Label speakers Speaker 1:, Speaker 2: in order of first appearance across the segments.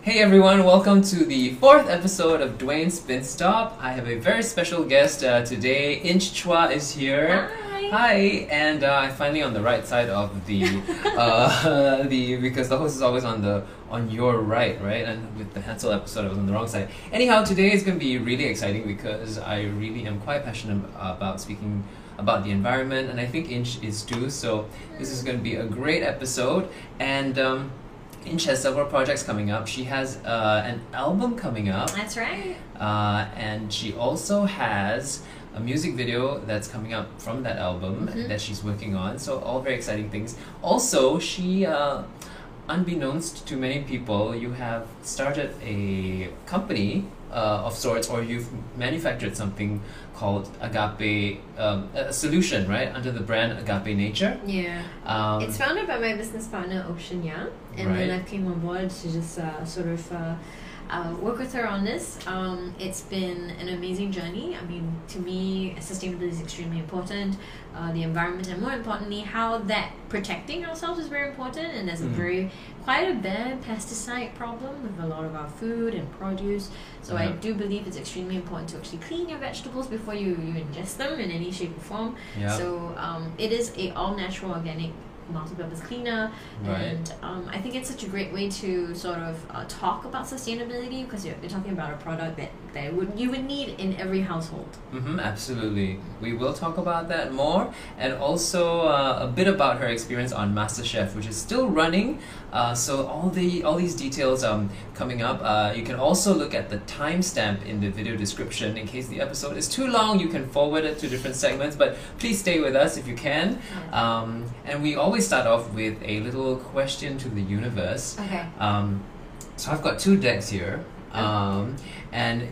Speaker 1: Hey everyone, welcome to the fourth episode of Dwayne Spin Stop. I have a very special guest uh, today. Inch Chua is here.
Speaker 2: Hi.
Speaker 1: Hi, and uh, I'm finally on the right side of the uh, the because the host is always on the on your right, right? And with the Hansel episode, I was on the wrong side. Anyhow, today is going to be really exciting because I really am quite passionate about speaking about the environment, and I think Inch is too. So this is going to be a great episode, and. Um, Inch has several projects coming up. She has uh, an album coming up,
Speaker 2: That's right.
Speaker 1: uh, and she also has a music video that's coming up from that album
Speaker 2: Mhm.
Speaker 1: that she's working on. So all very exciting things. Also, she, uh, unbeknownst to many people, you have started a company uh, of sorts, or you've manufactured something called Agape, um, a a solution, right, under the brand Agape Nature.
Speaker 2: Yeah.
Speaker 1: Um,
Speaker 2: it's founded by my business partner Ocean Yang, and then
Speaker 1: Right.
Speaker 2: I came on board to just uh, sort of uh, uh, work with her on this. Um, it's been an amazing journey. I mean, to me, sustainability is extremely important. Uh, the environment, and more importantly, how that protecting ourselves is very important. And there's a
Speaker 1: Mm.
Speaker 2: very quite a bad pesticide problem with a lot of our food and produce. So I
Speaker 1: Yeah.
Speaker 2: do believe it's extremely important to actually clean your vegetables before you, you ingest them in any shape or form.
Speaker 1: yeah,
Speaker 2: So um, it is a all natural organic multi-purpose cleaner
Speaker 1: right.
Speaker 2: and um, I think it's such a great way to sort of uh, talk about sustainability because you're, you're talking about a product that, that would you would need in every household.
Speaker 1: Mm-hmm, absolutely. We will talk about that more and also uh, a bit about her experience on MasterChef, which is still running. Uh, so all the all these details um, coming up. Uh, you can also look at the timestamp in the video description in case the episode is too long. You can forward it to different segments, but please stay with us if you can. Um, and we always start off with a little question to the universe.
Speaker 2: okay.
Speaker 1: Um, so I've got two decks here, um, and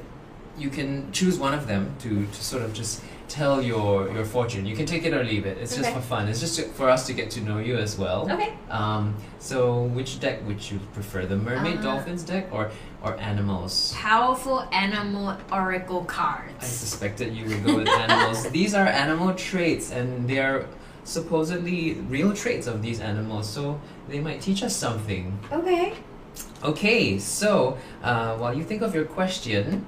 Speaker 1: you can choose one of them to, to sort of just tell your, your fortune. You can take it or leave it. It's just
Speaker 2: Okay. Oh.
Speaker 1: for fun. It's just to, for us to get to know you as well.
Speaker 2: Okay.
Speaker 1: Um, so which deck would you prefer, the mermaid
Speaker 2: Uh,
Speaker 1: dolphins deck or or animals?
Speaker 2: Powerful animal oracle cards.
Speaker 1: I suspected you would go with animals. These are animal traits, and they are supposedly real traits of these animals. So they might teach us something.
Speaker 2: Okay.
Speaker 1: Okay, so uh, while you think of your question,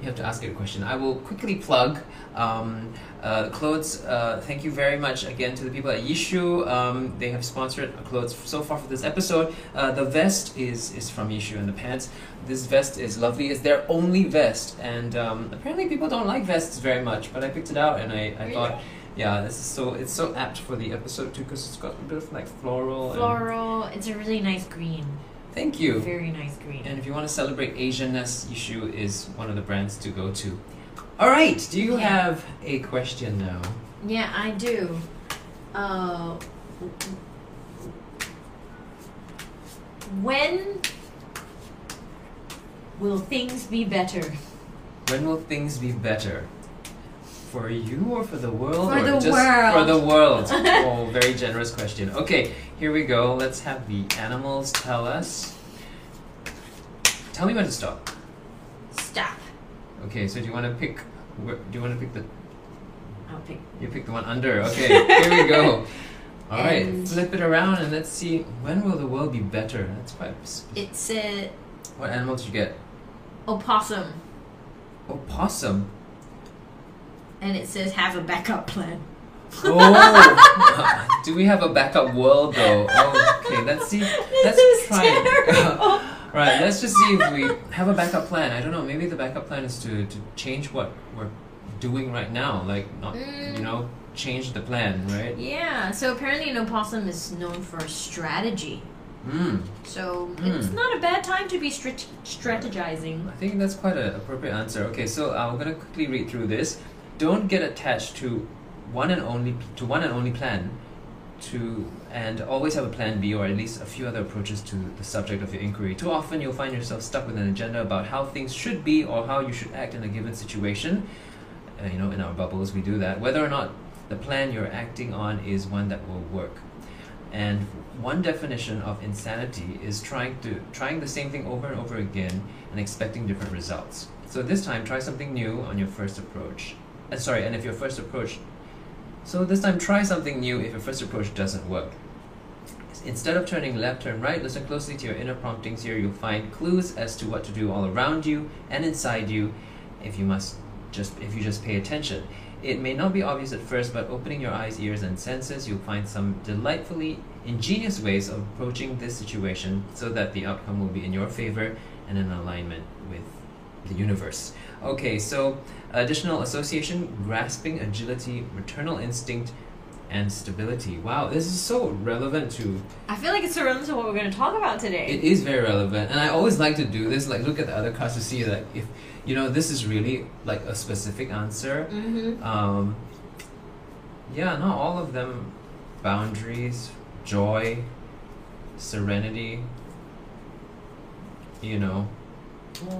Speaker 1: you have to ask your question. I will quickly plug um, uh, clothes. Uh, thank you very much again to the people at Yishu. Um, they have sponsored clothes so far for this episode. Uh, the vest is is from Yishu, and the pants. This vest is lovely. It's their only vest, and um, apparently people don't like vests very much. But I picked it out, and I, I thought, yeah, this is so it's so apt for the episode too, because it's got a bit of like floral. And,
Speaker 2: Floral. It's a really nice green.
Speaker 1: thank you.
Speaker 2: Very nice green.
Speaker 1: And if you want to celebrate Asianness, Yishu is one of the brands to go to. All right, do you
Speaker 2: Yeah.
Speaker 1: have a question now?
Speaker 2: Yeah, I do. Uh, when will things be better
Speaker 1: When will things be better? For you or for the world?
Speaker 2: For
Speaker 1: or
Speaker 2: the
Speaker 1: just For
Speaker 2: world.
Speaker 1: the world. oh, very generous question. Okay, here we go. Let's have the animals tell us. Tell me when to stop.
Speaker 2: Stop.
Speaker 1: Okay, so do you want to pick? wh- Do you want to pick the?
Speaker 2: I'll pick.
Speaker 1: You pick the one under. Okay, here we go. All right,
Speaker 2: And-
Speaker 1: flip it around and let's see when will the world be better. That's quite specific.
Speaker 2: It's a
Speaker 1: What animal did you get?
Speaker 2: oh,
Speaker 1: Oh,
Speaker 2: opossum,
Speaker 1: Opossum.
Speaker 2: and it says have a backup plan.
Speaker 1: Oh, do we have a backup world though? Oh, okay, let's see. Let's
Speaker 2: is
Speaker 1: try. it.
Speaker 2: terrible.
Speaker 1: right, let's just see if we have a backup plan. I don't know. Maybe the backup plan is to, to change what we're doing right now. Like not, you
Speaker 2: Mm.
Speaker 1: know, change the plan, right?
Speaker 2: Yeah. So apparently, an opossum is known for strategy.
Speaker 1: Mm.
Speaker 2: So
Speaker 1: Mm.
Speaker 2: it's not a bad time to be strate- strategizing.
Speaker 1: I think that's quite an appropriate answer. Okay, so I'm gonna quickly read through this. Don't get attached to one and only to one and only plan. To and always have a plan B or at least a few other approaches to the subject of your inquiry. Too often you'll find yourself stuck with an agenda about how things should be or how you should act in a given situation. Uh, you know, in our bubbles, we do that. Whether or not the plan you're acting on is one that will work. And one definition of insanity is trying to trying the same thing over and over again and expecting different results. So this time try something new on your first approach. Uh, sorry, and if your first approach so this time try something new if your first approach doesn't work. s- instead of turning left, turn right. Listen closely to your inner promptings here. You'll find clues as to what to do all around you and inside you if you must just if you just pay attention. It may not be obvious at first, but opening your eyes, ears, and senses, you'll find some delightfully ingenious ways of approaching this situation so that the outcome will be in your favor and in alignment with the universe. Okay, so additional association, grasping, agility, maternal instinct, and stability. Wow, this is so relevant to.
Speaker 2: I feel like it's relevant to what we're going to talk about today.
Speaker 1: It is very relevant, and I always like to do this. Like, look at the other cards to see like if you know this is really like a specific answer.
Speaker 2: mm-hmm.
Speaker 1: Um, yeah, not all of them. Boundaries, joy, serenity. You know,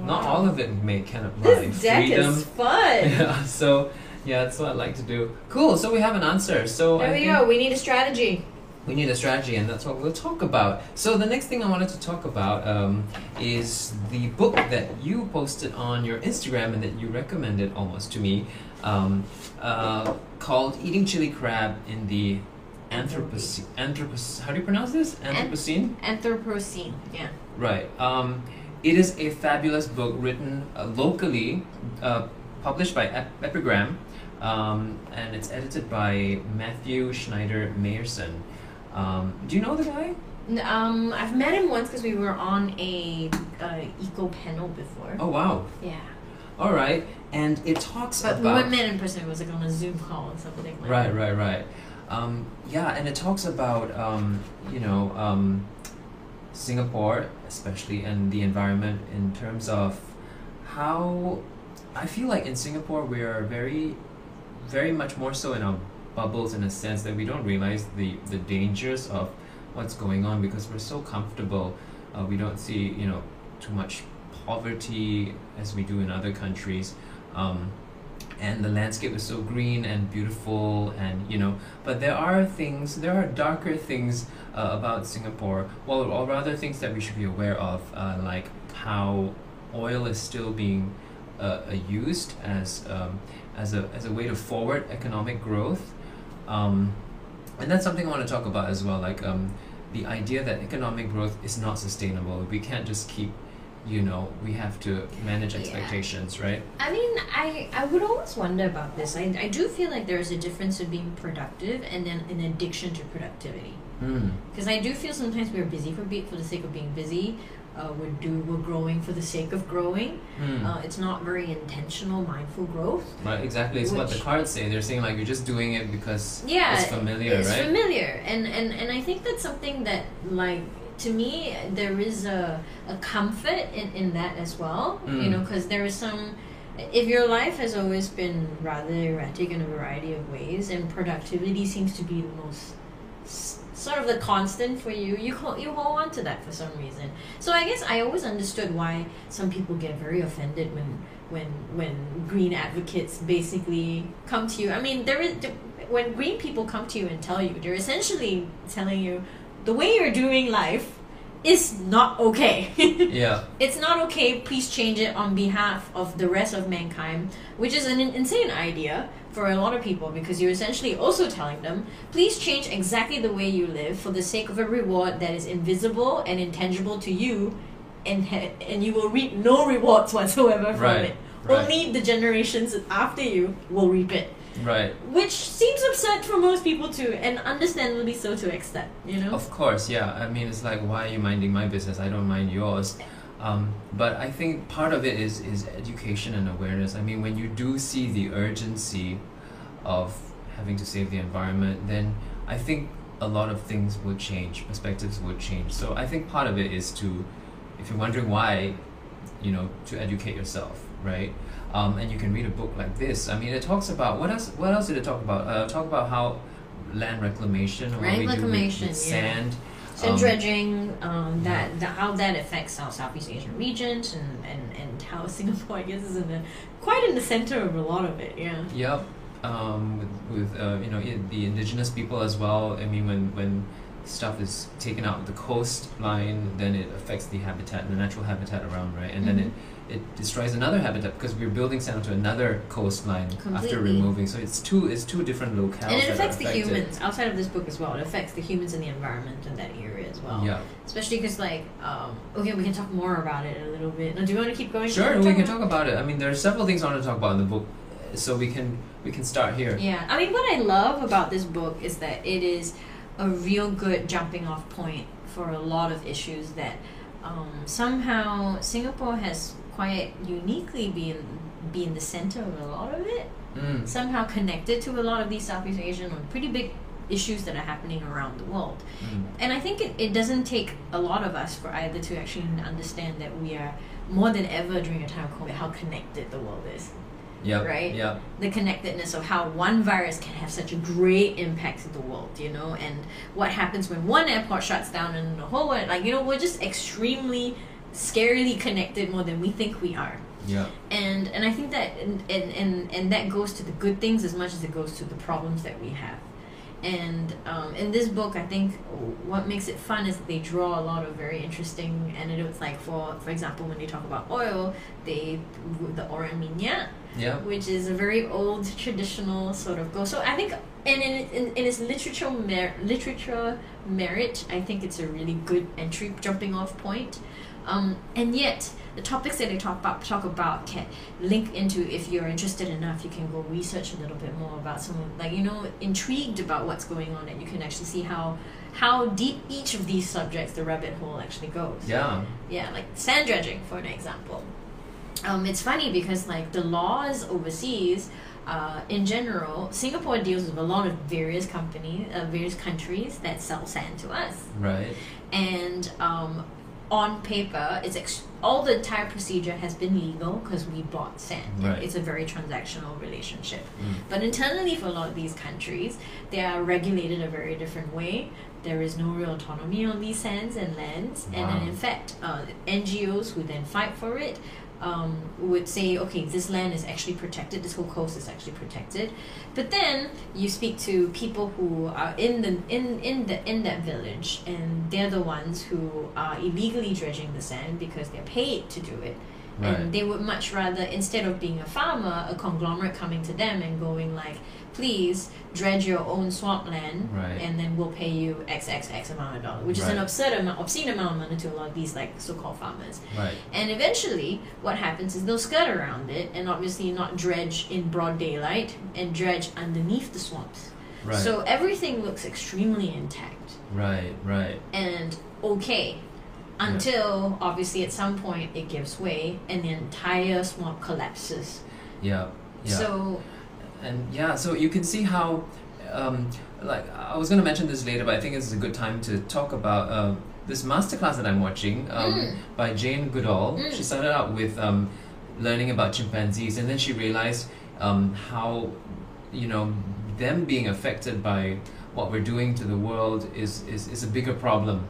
Speaker 1: not all of it may can apply.
Speaker 2: This deck
Speaker 1: Freedom.
Speaker 2: is fun.
Speaker 1: yeah. So yeah, that's what I like to do. Cool. So we have an answer. So
Speaker 2: there
Speaker 1: I
Speaker 2: we
Speaker 1: think
Speaker 2: go. We need a strategy.
Speaker 1: we need a strategy, and that's what we'll talk about. So the next thing I wanted to talk about um, is the book that you posted on your Instagram and that you recommended almost to me, um, uh, called "Eating Chili Crab in the Anthropocene." Anthropocene. How do you pronounce this? Anthropocene.
Speaker 2: Anthropocene. Yeah.
Speaker 1: Right. Um, it is a fabulous book written uh, locally, uh, published by Ep- Epigram, um, and it's edited by Matthew Schneider Mayerson. Um, do you know the guy?
Speaker 2: N- Um, I've met him once because we were on a uh, eco panel before.
Speaker 1: Oh wow!
Speaker 2: Yeah.
Speaker 1: All right, and it talks
Speaker 2: But we
Speaker 1: about
Speaker 2: weren't met in person. It was like on a Zoom call or something like
Speaker 1: right,
Speaker 2: that.
Speaker 1: right, right. Um, yeah, and it talks about um, you know um, Singapore, especially, and the environment in terms of how I feel like in Singapore we are very, very much more so in our bubbles in a sense that we don't realize the the dangers of what's going on because we're so comfortable. Uh, we don't see you know too much poverty as we do in other countries. Um, and the landscape is so green and beautiful and you know but there are things there are darker things uh, about singapore well or rather things that we should be aware of uh, like how oil is still being uh, uh, used as um, as a as a way to forward economic growth um, and that's something i want to talk about as well like um, the idea that economic growth is not sustainable we can't just keep you know we have to manage
Speaker 2: Yeah.
Speaker 1: expectations right
Speaker 2: I mean, I, I would always wonder about this. I, I do feel like there is a difference in being productive and then an addiction to productivity.
Speaker 1: mm.
Speaker 2: Because I do feel sometimes we're busy for be- for the sake of being busy. Uh, we're do we're growing for the sake of growing.
Speaker 1: Mm.
Speaker 2: Uh, it's not very intentional, mindful growth.
Speaker 1: Right, exactly. It's what the
Speaker 2: Which-
Speaker 1: cards say. They're saying like you're just doing it because
Speaker 2: Yeah,
Speaker 1: it's familiar,
Speaker 2: it's
Speaker 1: right?
Speaker 2: familiar, and, and and I think that's something that like to me there is a, a comfort in, in that as well. You
Speaker 1: Mm.
Speaker 2: know, because there is some. If your life has always been rather erratic in a variety of ways, and productivity seems to be the most s- sort of the constant for you, you ho- you hold on to that for some reason. So I guess I always understood why some people get very offended when when when green advocates basically come to you. I mean, there is when green people come to you and tell you, they're essentially telling you the way you're doing life is not okay.
Speaker 1: yeah,
Speaker 2: it's not okay. Please change it on behalf of the rest of mankind, which is an in- insane idea for a lot of people because you're essentially also telling them, please change exactly the way you live for the sake of a reward that is invisible and intangible to you, and ha- and you will reap no rewards whatsoever from
Speaker 1: Right,
Speaker 2: it.
Speaker 1: right.
Speaker 2: Only the generations after you will reap it,
Speaker 1: right.
Speaker 2: which seems absurd for most people too, and understandably so to extent. You know.
Speaker 1: Of course, yeah. I mean, it's like why are you minding my business? I don't mind yours. Um, but I think part of it is is education and awareness. I mean, when you do see the urgency of having to save the environment, then I think a lot of things will change. Perspectives will change. So I think part of it is to, if you're wondering why, you know, to educate yourself, right? Um, and you can read a book like this. I mean, it talks about what else? What else did it talk about? Uh, talk about how land reclamation, or what
Speaker 2: Land
Speaker 1: we do with-
Speaker 2: reclamation,
Speaker 1: with
Speaker 2: yeah.
Speaker 1: sand.
Speaker 2: So
Speaker 1: um,
Speaker 2: dredging, um, that, that how that affects our Southeast Asian region and, and, and how Singapore I guess is in the quite in the center of a lot of it, yeah.
Speaker 1: Yep. Um, with with uh, you know i- the indigenous people as well. I mean, when when stuff is taken out of the coastline, then it affects the habitat, the natural habitat around, right? And
Speaker 2: Mhm.
Speaker 1: then it, it destroys another habitat because we're building sand onto another coastline after
Speaker 2: Completely.
Speaker 1: removing. So it's two it's two different locales.
Speaker 2: and it
Speaker 1: that are
Speaker 2: affects the
Speaker 1: affected.
Speaker 2: humans outside of this book as well. It affects the humans and the environment in that area as well.
Speaker 1: Um, Yeah.
Speaker 2: Especially because, like, um, okay, we can talk more about it a little bit. Now, do you want to keep going?
Speaker 1: Sure, we can talk about it. I mean, there are several things I want to talk about in the book, uh, so we can we can start here.
Speaker 2: Yeah, I mean, what I love about this book is that it is a real good jumping off point for a lot of issues that um, somehow Singapore has quite uniquely been been the center of a lot of it.
Speaker 1: Mm.
Speaker 2: Somehow connected to a lot of these Southeast Asian and pretty big issues that are happening around the world.
Speaker 1: Mm.
Speaker 2: And I think it, it doesn't take a lot of us for either to actually understand that we are more than ever during a time of COVID how connected the world is.
Speaker 1: Yep.
Speaker 2: Right?
Speaker 1: Yep.
Speaker 2: The connectedness of how one virus can have such a great impact to the world, you know, and what happens when one airport shuts down and the whole world, like, you know, we're just extremely scarily connected more than we think we are
Speaker 1: Yep.
Speaker 2: and and I think that and and and, and that goes to the good things as much as it goes to the problems that we have. And um, in this book, I think what makes it fun is they draw a lot of very interesting anecdotes. Like for for example, when they talk about oil, they the orang minyak,
Speaker 1: Yep.
Speaker 2: which is a very old traditional sort of go. So I think, and in, in, in its literature mer- literature merit, I think it's a really good entry jumping off point. Um, and yet, the topics that they talk about talk about can link into if you're interested enough, you can go research a little bit more about some of- like you know intrigued about what's going on, and you can actually see how how deep each of these subjects the rabbit hole actually goes
Speaker 1: Yeah.
Speaker 2: yeah, like sand dredging for an example. Um, it's funny because like the laws overseas, uh, in general, Singapore deals with a lot of various company, uh, various countries that sell sand to us,
Speaker 1: Right.
Speaker 2: and um, on paper, it's ex- all the entire procedure has been legal because we bought sand.
Speaker 1: Right.
Speaker 2: It's a very transactional relationship.
Speaker 1: Mm.
Speaker 2: But internally, for a lot of these countries, they are regulated a very different way. There is no real autonomy on these sands and lands, and
Speaker 1: Wow.
Speaker 2: then in fact, uh, NGOs who then fight for it um, would say, okay, this land is actually protected. This whole coast is actually protected. But then you speak to people who are in the in in the in that village, and they're the ones who are illegally dredging the sand because they're paid to do it. And
Speaker 1: Right.
Speaker 2: they would much rather, instead of being a farmer, a conglomerate coming to them and going like, please dredge your own swampland
Speaker 1: Right.
Speaker 2: and then we'll pay you X, X, X amount of dollars, which is an
Speaker 1: Right.
Speaker 2: absurd amount, obscene amount of money to a lot of these like so-called farmers.
Speaker 1: Right.
Speaker 2: And eventually, what happens is they'll skirt around it and obviously not dredge in broad daylight and dredge underneath the swamps.
Speaker 1: Right.
Speaker 2: So everything looks extremely intact
Speaker 1: right. Right.
Speaker 2: and okay until obviously at some point it gives way and the entire swamp collapses
Speaker 1: Yep. Yeah.
Speaker 2: so
Speaker 1: and yeah, so you can see how, um, like I was gonna mention this later, but I think this is a good time to talk about um, this masterclass that I'm watching um,
Speaker 2: Mm.
Speaker 1: by Jane Goodall.
Speaker 2: Mm.
Speaker 1: She started out with um, learning about chimpanzees, and then she realized um, how, you know, them being affected by what we're doing to the world is is, is a bigger problem.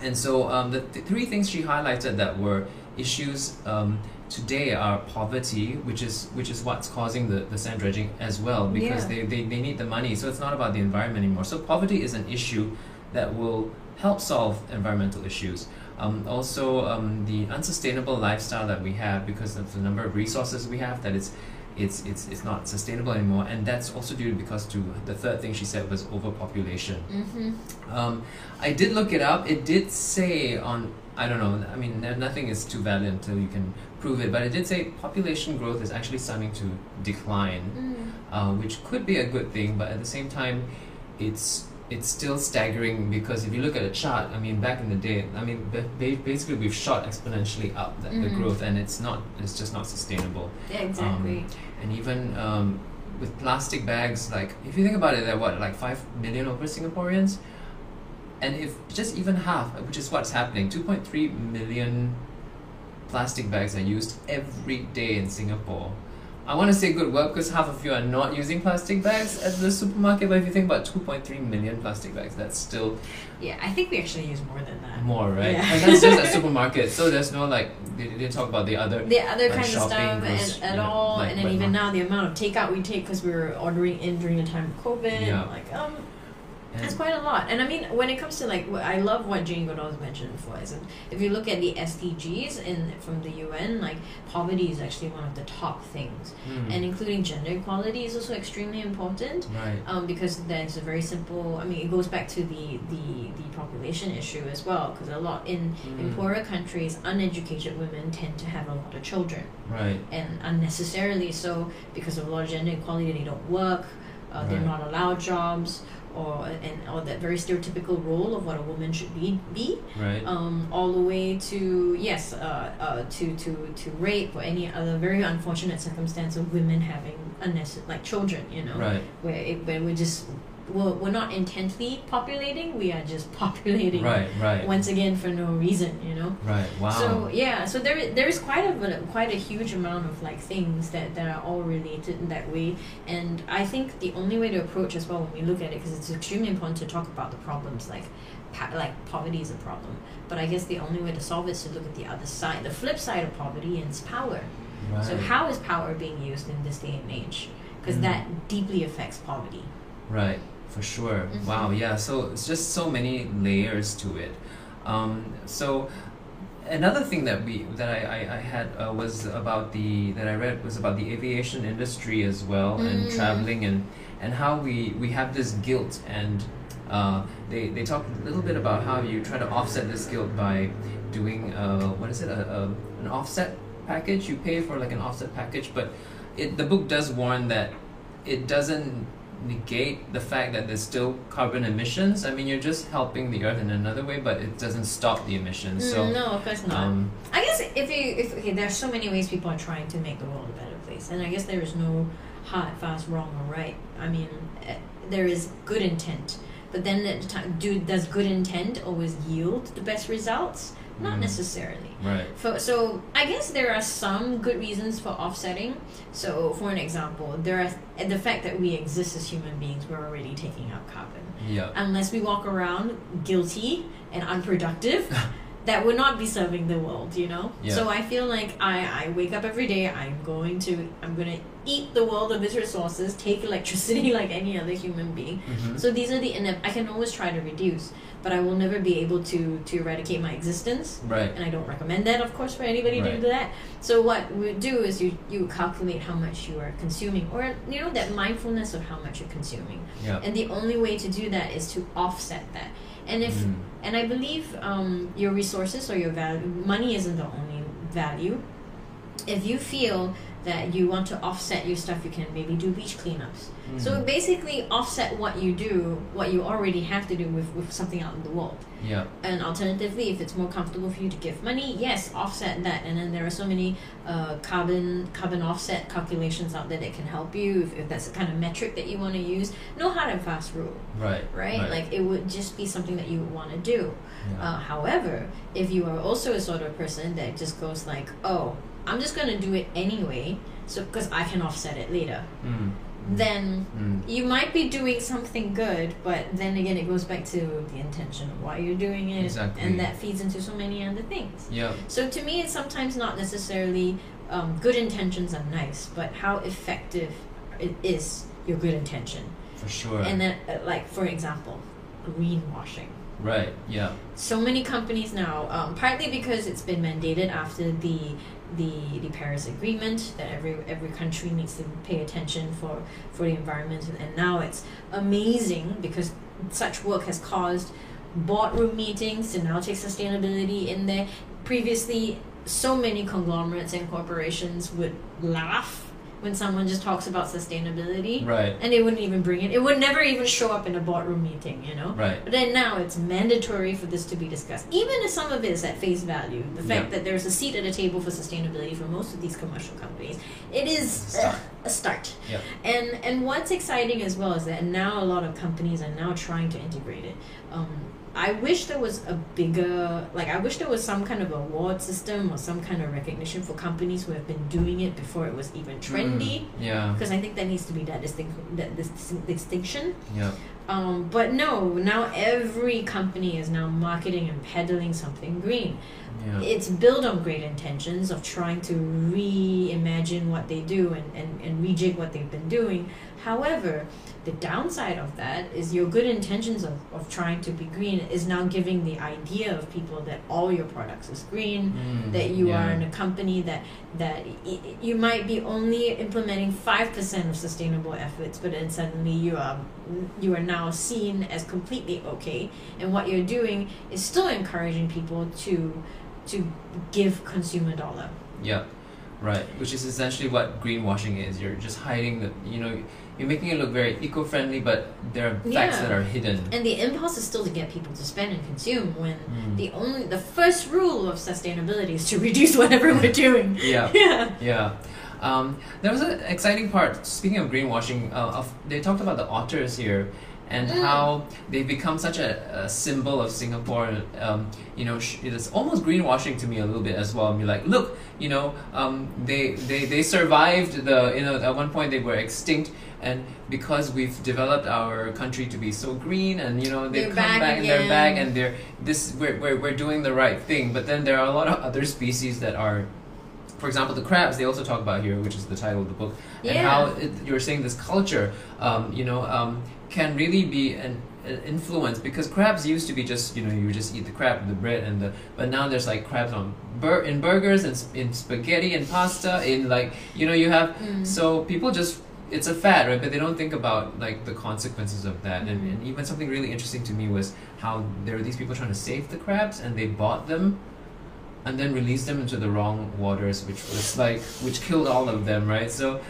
Speaker 1: And so um, the th- three things she highlighted that were issues um, today are poverty, which is which is what's causing the, the sand dredging as well, because
Speaker 2: Yeah.
Speaker 1: they, they, they need the money. So it's not about the environment anymore. So poverty is an issue that will help solve environmental issues. Um, also, um, the unsustainable lifestyle that we have because of the number of resources we have that it's it's it's it's not sustainable anymore, and that's also due because to the third thing she said was overpopulation.
Speaker 2: hmm
Speaker 1: Um, I did look it up. It did say on I don't know. I mean, no- nothing is too valid until you can prove it. But it did say population growth is actually starting to decline,
Speaker 2: mm-hmm.
Speaker 1: uh, which could be a good thing. But at the same time, it's it's still staggering because if you look at a chart, I mean, back in the day, I mean, ba- ba- basically we've shot exponentially up the, the
Speaker 2: Mhm.
Speaker 1: growth, and it's not it's just not sustainable
Speaker 2: yeah exactly
Speaker 1: and even um, with plastic bags like if you think about it there are what like 5 million over singaporeans and if just even half which is what's happening 2.3 million plastic bags are used every day in singapore i want to say good work because half of you are not using plastic bags at the supermarket but if you think about 2.3 million plastic bags that's still
Speaker 2: yeah i think we actually use more than that
Speaker 1: more right
Speaker 2: Yeah.
Speaker 1: and that's just at supermarket so there's no like they, they talk about the other
Speaker 2: the other
Speaker 1: Like
Speaker 2: kinds of
Speaker 1: shopping,
Speaker 2: stuff
Speaker 1: grocery,
Speaker 2: and at
Speaker 1: yeah,
Speaker 2: all
Speaker 1: like
Speaker 2: and then
Speaker 1: wet
Speaker 2: even
Speaker 1: mar-
Speaker 2: now the amount of takeout we take because we were ordering in during the time of covid
Speaker 1: Yeah.
Speaker 2: like um That's quite a lot. And I mean, when it comes to like, wh- I love what Jane Goodall's mentioned before. Is that if you look at the SDGs in from the UN, like poverty is actually one of the top things,
Speaker 1: Mm.
Speaker 2: and including gender equality is also extremely important.
Speaker 1: right.
Speaker 2: Um, because there's a very simple. I mean, it goes back to the the, the population issue as well. Because a lot in in
Speaker 1: Mm.
Speaker 2: poorer countries, uneducated women tend to have a lot of children
Speaker 1: Right.
Speaker 2: and unnecessarily so because of a lot of gender equality they don't work uh, they're
Speaker 1: Right.
Speaker 2: not allowed jobs or and or that very stereotypical role of what a woman should be be
Speaker 1: Right.
Speaker 2: um, all the way to yes uh, uh, to to to rape or any other very unfortunate circumstance of women having unnecessary like children you know
Speaker 1: right.
Speaker 2: where it, where we're just we're, we're not intently populating we are just populating
Speaker 1: Right. Right.
Speaker 2: once again for no reason you know
Speaker 1: right. Wow.
Speaker 2: so yeah, so there i- there is quite a bit- quite a huge amount of like things that, that are all related in that way, and I think the only way to approach as well when we look at it because it's extremely important to talk about the problems like pa- like poverty is a problem, but I guess the only way to solve it is to look at the other side, the flip side of poverty, and it's power.
Speaker 1: right.
Speaker 2: So how is power being used in this day and age? Because
Speaker 1: Mm.
Speaker 2: that deeply affects poverty.
Speaker 1: Right, for sure.
Speaker 2: Mhm.
Speaker 1: Wow, yeah. So it's just so many layers to it. Um, so another thing that we that I, I, I had uh, was about the that I read was about the aviation industry as well and
Speaker 2: Mm.
Speaker 1: traveling and and how we we have this guilt and uh, they they talk a little bit about how you try to offset this guilt by doing uh, what is it a, a, an offset package you pay for like an offset package but it the book does warn that it doesn't negate the fact that there's still carbon emissions. I mean, you're just helping the earth in another way, but it doesn't stop the emissions.
Speaker 2: Mm,
Speaker 1: So,
Speaker 2: no, of course not.
Speaker 1: um,
Speaker 2: I guess if you if okay, there's so many ways people are trying to make the world a better place, and I guess there is no hard, fast, wrong, or right. I mean, eh, there is good intent, but then at the time, do does good intent always yield the best results? Not
Speaker 1: Mm.
Speaker 2: necessarily.
Speaker 1: right,
Speaker 2: For, so I guess there are some good reasons for offsetting. So, for an example, there are eh, the fact that we exist as human beings, we're already taking out carbon
Speaker 1: yeah,
Speaker 2: unless we walk around guilty and unproductive that would not be serving the world you know
Speaker 1: Yeah.
Speaker 2: so i feel like I, I wake up every day i'm going to i'm going to eat the world of its resources take electricity like any other human being
Speaker 1: hmm
Speaker 2: so these are the inept i can always try to reduce but i will never be able to to eradicate my existence
Speaker 1: right,
Speaker 2: and I don't recommend that, of course, for anybody to
Speaker 1: Right.
Speaker 2: do that. So what we do is you you calculate how much you are consuming, or you know that mindfulness of how much you're consuming.
Speaker 1: yeah,
Speaker 2: And the only way to do that is to offset that. And if
Speaker 1: Mm.
Speaker 2: and I believe um, your resources or your value, money isn't the only value. If you feel that you want to offset your stuff, you can maybe do beach cleanups. So
Speaker 1: Mm.
Speaker 2: basically, offset what you do, what you already have to do with, with something out in the world.
Speaker 1: yeah,
Speaker 2: And alternatively, if it's more comfortable for you to give money, yes, offset that. And then there are so many uh, carbon carbon offset calculations out there that can help you if, if that's the kind of metric that you want to use. No hard and fast rule,
Speaker 1: right,
Speaker 2: right? Like it would just be something that you would want to do.
Speaker 1: yeah.
Speaker 2: Uh, however, if you are also a sort of person that just goes like, oh, I'm just gonna do it anyway, so because I can offset it later,
Speaker 1: mm.
Speaker 2: then
Speaker 1: Mm.
Speaker 2: you might be doing something good, but then again, it goes back to the intention of why you're doing it,
Speaker 1: Exactly.
Speaker 2: and that feeds into so many other things.
Speaker 1: yeah,
Speaker 2: So to me, it's sometimes not necessarily um, good intentions are nice, but how effective it is your good intention,
Speaker 1: for sure,
Speaker 2: and then uh, like for example, greenwashing
Speaker 1: right, yeah,
Speaker 2: so many companies now, um, partly because it's been mandated after the the, the Paris Agreement that every every country needs to pay attention for for the environment, and now it's amazing because such work has caused boardroom meetings to now take sustainability in there. Previously, so many conglomerates and corporations would laugh when someone just talks about sustainability,
Speaker 1: right,
Speaker 2: and they wouldn't even bring it. It would never even show up in a boardroom meeting, you know.
Speaker 1: right,
Speaker 2: But then now it's mandatory for this to be discussed, even if some of it is at face value. The fact
Speaker 1: Yeah.
Speaker 2: that there's a seat at a table for sustainability for most of these commercial companies, it is
Speaker 1: Start.
Speaker 2: ugh, a start.
Speaker 1: Yeah.
Speaker 2: And and what's exciting as well is that now a lot of companies are now trying to integrate it. Um, I wish there was a bigger, like I wish there was some kind of award system or some kind of recognition for companies who have been doing it before it was even trendy.
Speaker 1: Mm. yeah,
Speaker 2: Because I think there needs to be that distinct, that this distinction.
Speaker 1: yeah,
Speaker 2: Um, but no, now every company is now marketing and peddling something green.
Speaker 1: Yeah.
Speaker 2: it's built on great intentions of trying to reimagine what they do and, and, and rejig what they've been doing. However, the downside of that is your good intentions of, of trying to be green is now giving the idea of people that all your products is green,
Speaker 1: Mm,
Speaker 2: that you
Speaker 1: yeah.
Speaker 2: are in a company that that y- y- you might be only implementing 5% of sustainable efforts but then suddenly you are you are now seen as completely okay and what you're doing is still encouraging people to to give consumer dollar
Speaker 1: Yeah, right. Which is essentially what greenwashing is. You're just hiding the, you know, you're making it look very eco-friendly, but there are facts
Speaker 2: Yeah.
Speaker 1: that are hidden.
Speaker 2: and the impulse is still to get people to spend and consume when
Speaker 1: Mm.
Speaker 2: the only the first rule of sustainability is to reduce whatever we're doing
Speaker 1: Yeah,
Speaker 2: yeah
Speaker 1: yeah. Um, there was an exciting part. Speaking of greenwashing, uh, of, they talked about the otters here. And
Speaker 2: Mm.
Speaker 1: how they've become such a, a symbol of Singapore, um, you know, sh- it's almost greenwashing to me a little bit as well. I mean, like, look, you know, um, they, they they survived the, you know, at one point they were extinct, and because we've developed our country to be so green, and you know, they
Speaker 2: They're
Speaker 1: come
Speaker 2: back
Speaker 1: back, and they're
Speaker 2: again.
Speaker 1: back, and they're this, we're, we're we're doing the right thing. But then there are a lot of other species that are for example, the crabs they also talk about here, which is the title of the book, and
Speaker 2: Yeah.
Speaker 1: how it, you're saying this culture, um, you know, um, can really be an, an influence because crabs used to be just you know you just eat the crab, the bread, and the but now there's like crabs on bur- in burgers and sp- in spaghetti and pasta in like you know you have
Speaker 2: Mm.
Speaker 1: so people just it's a fad right but they don't think about like the consequences of that and,
Speaker 2: Mhm.
Speaker 1: and even something really interesting to me was how there were these people trying to save the crabs and they bought them and then released them into the wrong waters which was like which killed all of them right so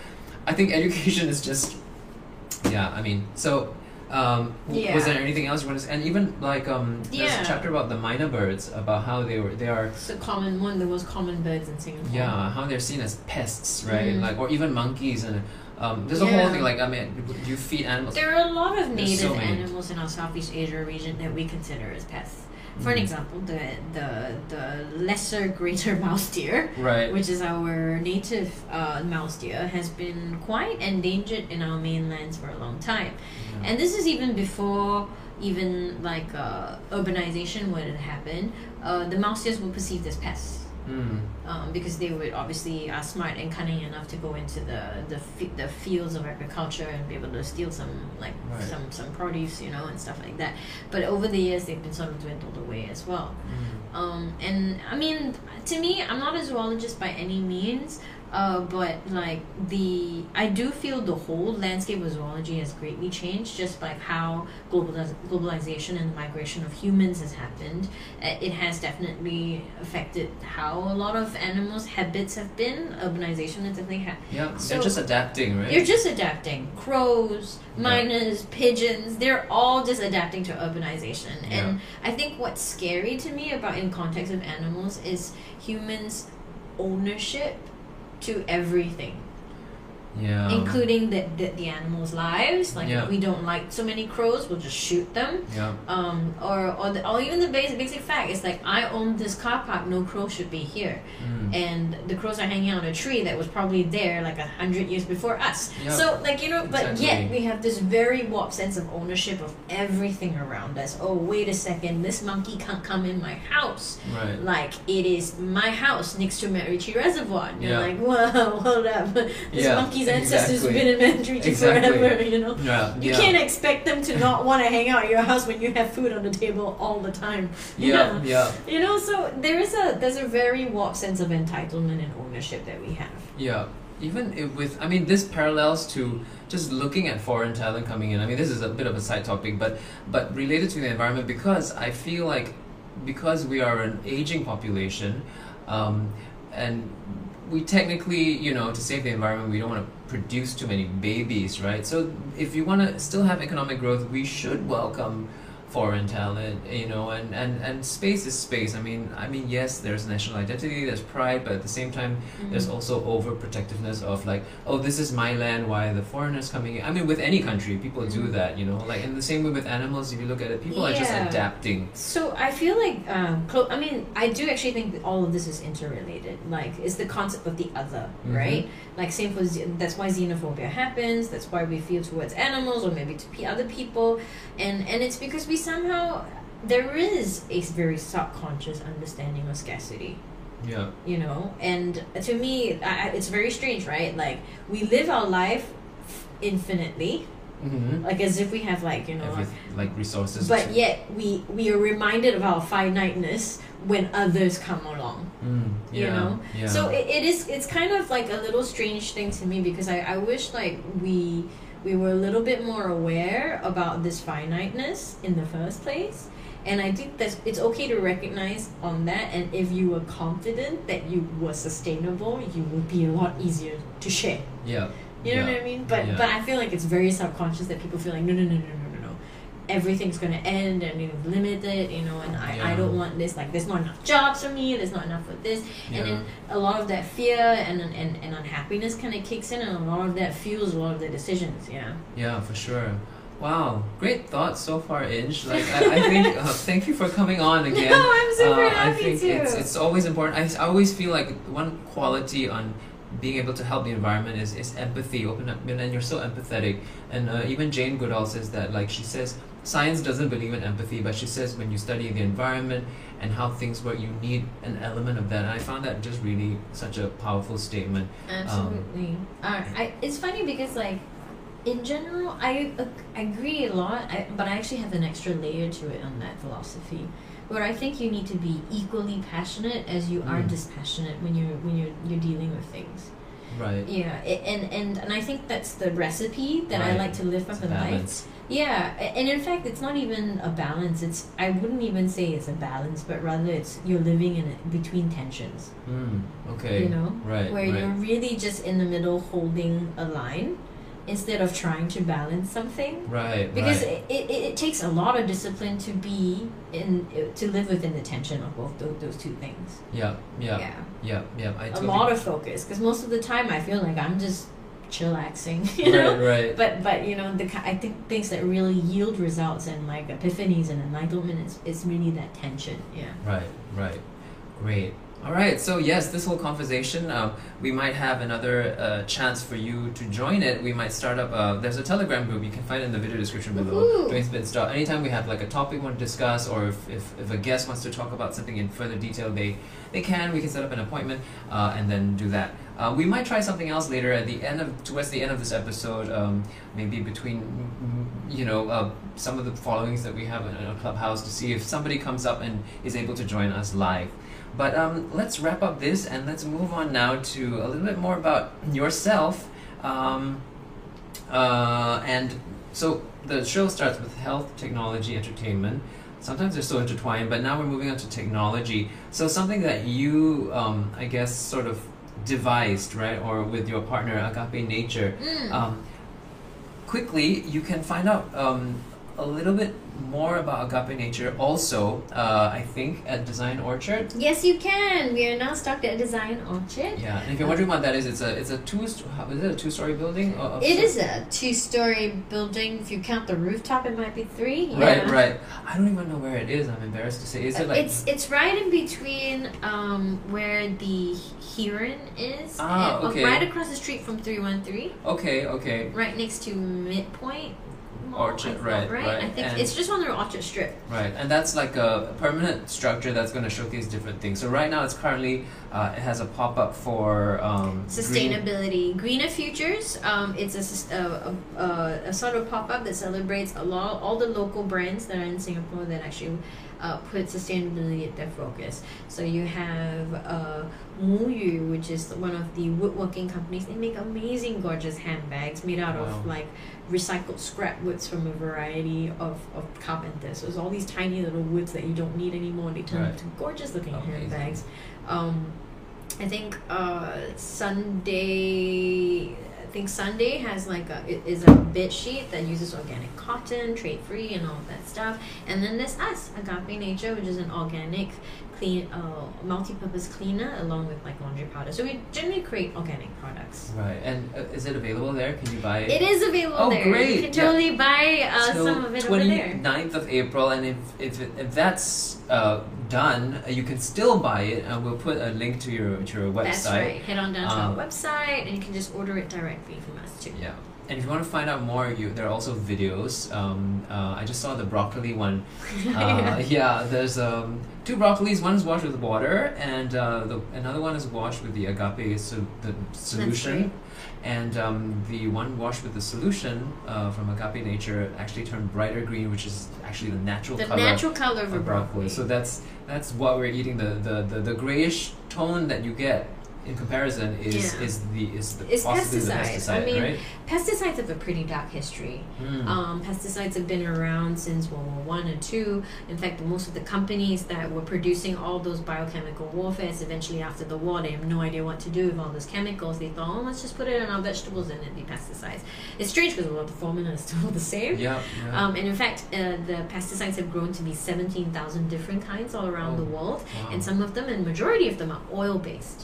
Speaker 1: i think education is just yeah i mean so um, w- was
Speaker 2: Yeah.
Speaker 1: there anything else you want to say? And even like um, there's
Speaker 2: Yeah.
Speaker 1: a chapter about the minor birds about how they were they are
Speaker 2: it's the common one of the most common birds in Singapore
Speaker 1: yeah, how they're seen as pests, right?
Speaker 2: Mm.
Speaker 1: Like or even monkeys and um, there's a whole
Speaker 2: Yeah.
Speaker 1: thing. Like I mean, do you feed animals?
Speaker 2: There are a lot of
Speaker 1: There's
Speaker 2: native
Speaker 1: so many.
Speaker 2: animals in our Southeast Asia region that we consider as pests. For an
Speaker 1: Mhm.
Speaker 2: example, the the the lesser greater mouse deer,
Speaker 1: right.
Speaker 2: which is our native uh, mouse deer, has been quite endangered in our mainlands for a long time,
Speaker 1: Yeah.
Speaker 2: and this is even before even like uh, urbanization would happen. Uh, the mouse deers were perceived as pests
Speaker 1: Mm.
Speaker 2: um, because they would obviously are smart and cunning enough to go into the the, fi- the fields of agriculture and be able to steal some like
Speaker 1: Right.
Speaker 2: some some produce you know and stuff like that but over the years they've been sort of dwindled away as well
Speaker 1: Mm.
Speaker 2: um, and I mean, to me, I'm not a zoologist by any means, uh, but like the I do feel the whole landscape of zoology has greatly changed, just like how globaliz- globalization and the migration of humans has happened. Uh, It has definitely affected how a lot of animals' habits have been. Urbanization has definitely ha-
Speaker 1: Yeah,
Speaker 2: So-
Speaker 1: they're just adapting, right?
Speaker 2: you're just adapting. Crows,
Speaker 1: Yeah.
Speaker 2: miners, pigeons, they're all just adapting to urbanization. And I think what's scary to me about in context of animals is humans' ownership to everything,
Speaker 1: yeah.
Speaker 2: including the, the, the animals' lives. Like,
Speaker 1: Um. Yeah.
Speaker 2: if we don't like so many crows, we'll just shoot them.
Speaker 1: Yeah.
Speaker 2: Um, or, or, the, or even the basic, basic fact is like, I own this car park, no crow should be here
Speaker 1: Mm.
Speaker 2: and the crows are hanging out on a tree that was probably there like a hundred years before us.
Speaker 1: Yeah.
Speaker 2: So like you know, but yet
Speaker 1: Exactly.
Speaker 2: we have this very warped sense of ownership of everything around us. Oh wait a second, this monkey can't come in my house.
Speaker 1: Right.
Speaker 2: Like it is my house next to Marichi Reservoir. And
Speaker 1: Yeah.
Speaker 2: You're like, whoa, hold up. this
Speaker 1: Yeah,
Speaker 2: monkey's ancestors
Speaker 1: exactly.
Speaker 2: been in Marichi
Speaker 1: Exactly.
Speaker 2: forever. You know.
Speaker 1: Yeah.
Speaker 2: You
Speaker 1: yeah.
Speaker 2: can't expect them to not want to hang out at your house when you have food on the table all the time. you
Speaker 1: yeah.
Speaker 2: know?
Speaker 1: Yeah.
Speaker 2: You know, so there is a there's a very warped sense of entitlement and ownership that we have.
Speaker 1: Yeah, even if with I mean this parallels to just looking at foreign talent coming in. I mean this is a bit of a side topic, but but related to the environment because I feel like because we are an aging population, um, and we technically you know to save the environment we don't want to produce too many babies, right? So if you want to still have economic growth, we should welcome foreign talent you know and, and and space is space i mean i mean yes there's national identity there's pride but at the same time there's also overprotectiveness of like, oh, this is my land. Why are the foreigners coming in? I mean, with any country, people do
Speaker 2: Mhm.
Speaker 1: that, you know. Like in the same way with animals, if you look at it, people are just
Speaker 2: Yeah.
Speaker 1: adapting.
Speaker 2: So I feel like, um, clo- I mean, I do actually think that all of this is interrelated. Like, it's the concept of the other,
Speaker 1: Mhm.
Speaker 2: right? Like, same for ze- that's why xenophobia happens. That's why we feel towards animals or maybe to pe- other people, and and it's because we somehow there is a very subconscious understanding of scarcity
Speaker 1: Yeah.
Speaker 2: you know and to me I, I- it's very strange right like we live our life infinitely
Speaker 1: Mm-hmm.
Speaker 2: like as if we have like you know
Speaker 1: like resources.
Speaker 2: but
Speaker 1: to-
Speaker 2: yet we we are reminded of our finiteness when others come along
Speaker 1: Mm, yeah.
Speaker 2: you know?
Speaker 1: Yeah.
Speaker 2: so it, it is it's kind of like a little strange thing to me because i i wish like we we were a little bit more aware about this finiteness in the first place and i think that it's okay to recognize on that and if you were confident that you were sustainable you would be a lot easier to share
Speaker 1: yeah.
Speaker 2: you know
Speaker 1: yeah.
Speaker 2: what I mean? But
Speaker 1: Yeah.
Speaker 2: but I feel like it's very subconscious that people feel like no no no no no no no, everything's gonna end and you've limited, you know, and I, I
Speaker 1: Yeah.
Speaker 2: don't want this. Like there's not enough jobs for me. There's not enough for this,
Speaker 1: Yeah.
Speaker 2: and then a lot of that fear and and, and unhappiness kind of kicks in, and a lot of that fuels a lot of the decisions. Yeah.
Speaker 1: Yeah, for sure. Wow, great thoughts so far, Inge. Like I, I think, uh, thank you for coming on again.
Speaker 2: No, I'm super
Speaker 1: uh, I
Speaker 2: happy
Speaker 1: think
Speaker 2: too.
Speaker 1: it's it's always important. I, s- I always feel like one quality on being able to help the environment is, is empathy. Open up, and you're so empathetic. And uh, even Jane Goodall says that. Like she says, science doesn't believe in empathy, but she says when you study the environment and how things work, you need an element of that. And I found that just really such a powerful statement.
Speaker 2: Absolutely.
Speaker 1: um,
Speaker 2: Uh, I, it's funny because like in general, I ag- agree a lot, I, but I actually have an extra layer to it on that philosophy, where I think you need to be equally passionate as you are
Speaker 1: Mm.
Speaker 2: dispassionate when you're when you're you're dealing with things.
Speaker 1: Right.
Speaker 2: Yeah, it, and and and I think that's the recipe that I
Speaker 1: Right.
Speaker 2: like to live up
Speaker 1: It's a
Speaker 2: in life.
Speaker 1: balance.
Speaker 2: Yeah, a- and in fact, it's not even a balance. It's I wouldn't even say it's a balance, but rather it's you're living in a, between tensions
Speaker 1: Mm, okay.
Speaker 2: You know,
Speaker 1: Right.
Speaker 2: where
Speaker 1: right.
Speaker 2: you're really just in the middle holding a line instead of trying to balance something
Speaker 1: Right.
Speaker 2: because
Speaker 1: right.
Speaker 2: it, it, it takes a lot of discipline to be in to live within the tension of both those, those two things
Speaker 1: yeah, yeah, yeah, yeah. I
Speaker 2: a
Speaker 1: totally,
Speaker 2: lot of focus because most of the time i feel like i'm just chillaxing you
Speaker 1: right,
Speaker 2: know
Speaker 1: right.
Speaker 2: but but you know the ki- i think things that really yield results and like epiphanies and enlightenment is, is really that tension yeah
Speaker 1: Right, right. Great. All right. So yes, this whole conversation, uh, we might have another uh, chance for you to join it. We might start up. Uh, there's a Telegram group you can find it in the video description below.
Speaker 2: Woohoo.
Speaker 1: Doing Spin Star. Anytime we have like a topic we want to discuss, or if, if, if a guest wants to talk about something in further detail, they they can. We can set up an appointment uh, and then do that. Uh, we might try something else later at the end of towards the end of this episode. Um, maybe between mm, you know uh, some of the followings that we have in in our clubhouse to see if somebody comes up and is able to join us live. But um, let's wrap up this and let's move on now to a little bit more about yourself. Um, uh, and so the show starts with health, technology, entertainment. Sometimes they're so intertwined, but now we're moving on to technology. So something that you, um, I guess, sort of devised, right, or with your partner Agape Nature,
Speaker 2: Mm.
Speaker 1: um, quickly, you can find out um, a little bit more about Agape Nature also, uh, I think, at Design Orchard.
Speaker 2: yes you can we are now stocked at design orchard
Speaker 1: Yeah, and if you're wondering what that is, it's a it's a two st- how- is it a two story building? Or a-
Speaker 2: It is a two-story building. If you count the rooftop, it might be three. Yeah.
Speaker 1: Right, right. I don't even know where it is. I'm embarrassed to say. Is it like
Speaker 2: it's it's right in between um, where the Heron is,
Speaker 1: Ah,
Speaker 2: and-
Speaker 1: okay.
Speaker 2: right across the street from three one three,
Speaker 1: okay, okay,
Speaker 2: right next to Midpoint. Mall,
Speaker 1: Orchard,
Speaker 2: I thought,
Speaker 1: right, right,
Speaker 2: I think
Speaker 1: and-
Speaker 2: it's just on the Orchard Strip.
Speaker 1: right? And that's like a permanent structure that's going to showcase different things. So right now, it's currently uh, it has a pop up for um, green-
Speaker 2: Sustainability, Greener Futures. Um, it's a, sus- a, a, a, a sort of pop up that celebrates a lot all the local brands that are in Singapore that actually uh, put sustainability at their focus. So you have uh, Muyu, which is one of the woodworking companies. They make amazing, gorgeous handbags made out of
Speaker 1: Wow.
Speaker 2: like recycled scrap woods from a variety of, of carpenters. So it's all these tiny little woods that you don't need anymore. They turn
Speaker 1: Right.
Speaker 2: into gorgeous looking
Speaker 1: Amazing.
Speaker 2: handbags. Um, I think uh, Sunday. I think Sunday has like a i- is a bed sheet that uses organic cotton, trade free, and all that stuff. And then there's us, Agape Nature, which is an organic clean, uh, multi-purpose cleaner along with like laundry powder. So we generally create organic products.
Speaker 1: Right, and uh, is it available there? Can you buy
Speaker 2: It is available
Speaker 1: Oh,
Speaker 2: there.
Speaker 1: great.
Speaker 2: You can
Speaker 1: Yeah.
Speaker 2: totally buy uh,
Speaker 1: Till
Speaker 2: some of it over there.
Speaker 1: 29th of April, and if if, if that's uh, done, uh, you can still buy it, and we'll put a link to your to your website.
Speaker 2: That's right. Head on down to
Speaker 1: Um,
Speaker 2: our website, and you can just order it directly from us too.
Speaker 1: Yeah, And if you want to find out more, you there are also videos. Um, uh, I just saw the broccoli one. Uh, yeah, there's um, two broccolis. One is washed with water, and uh, the, another one is washed with the agape so, the solution.
Speaker 2: great.
Speaker 1: And um, the one washed with the solution uh, from agape nature actually turned brighter green, which is actually the natural
Speaker 2: the
Speaker 1: color
Speaker 2: natural color of a
Speaker 1: of broccoli.
Speaker 2: broccoli.
Speaker 1: So that's that's what we're eating. The the, the, the grayish tone that you get in comparison is
Speaker 2: Yeah.
Speaker 1: is the is the
Speaker 2: It's
Speaker 1: possibly the
Speaker 2: pesticide.
Speaker 1: pesticide,
Speaker 2: I mean,
Speaker 1: right?
Speaker 2: Pesticides have a pretty dark history.
Speaker 1: Mm.
Speaker 2: Um, pesticides have been around since World War One and Two. In fact, most of the companies that were producing all those biochemical warfares eventually after the war, they have no idea what to do with all those chemicals. They thought, oh, let's just put it in our vegetables and it'd be pesticides. It's strange because a lot of the formula is still the same.
Speaker 1: yeah. yeah.
Speaker 2: Um, and in fact, uh, the pesticides have grown to be 17,000 different kinds all around
Speaker 1: Oh,
Speaker 2: the world.
Speaker 1: wow.
Speaker 2: And some of them, and majority of them, are oil based.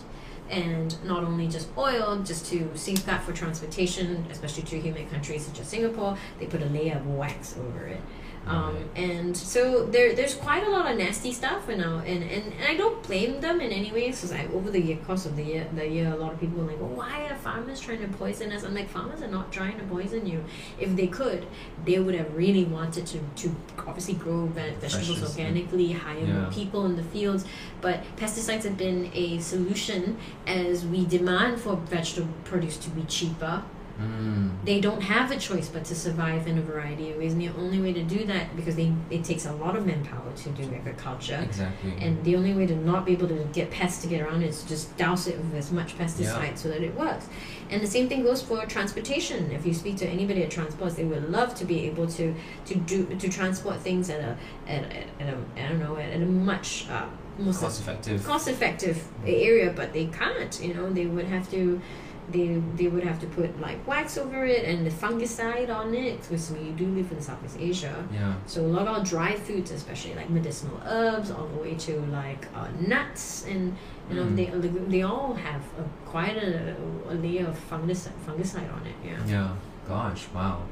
Speaker 2: And not only just oil, just to safeguard for transportation, especially to humid countries such as Singapore, they put a layer of wax over it. Um, and so there, there's quite a lot of nasty stuff, you know, and, and, and I don't blame them in any way. Because like over the year, course of the year, the year, a lot of people are like, oh, why are farmers trying to poison us? I'm like, farmers are not trying to poison you. If they could, they would have really wanted to, to obviously grow ve- vegetables
Speaker 1: Freshest, yeah.
Speaker 2: organically, hire more
Speaker 1: Yeah.
Speaker 2: people in the fields. But pesticides have been a solution as we demand for vegetable produce to be cheaper
Speaker 1: Mm.
Speaker 2: they don't have a choice but to survive in a variety of ways. And the only way to do that, because they, it takes a lot of manpower to do agriculture,
Speaker 1: Exactly.
Speaker 2: and the only way to not be able to get pests to get around is to just douse it with as much pesticide so that it works. And the same thing goes for transportation. If you speak to anybody at transports, they would love to be able to to do to transport things at a at, at, at a I don't know at, at a much uh, more
Speaker 1: cost effective.
Speaker 2: cost effective area but they can't you know they would have to they they would have to put like wax over it and the fungicide on it because we do live in southeast asia
Speaker 1: Yeah.
Speaker 2: so a lot of dry foods especially like medicinal herbs all the way to like uh, nuts and you know
Speaker 1: Mm.
Speaker 2: they they all have a, quite a, a layer of fungicide fungicide on it yeah
Speaker 1: Yeah. Gosh. Wow.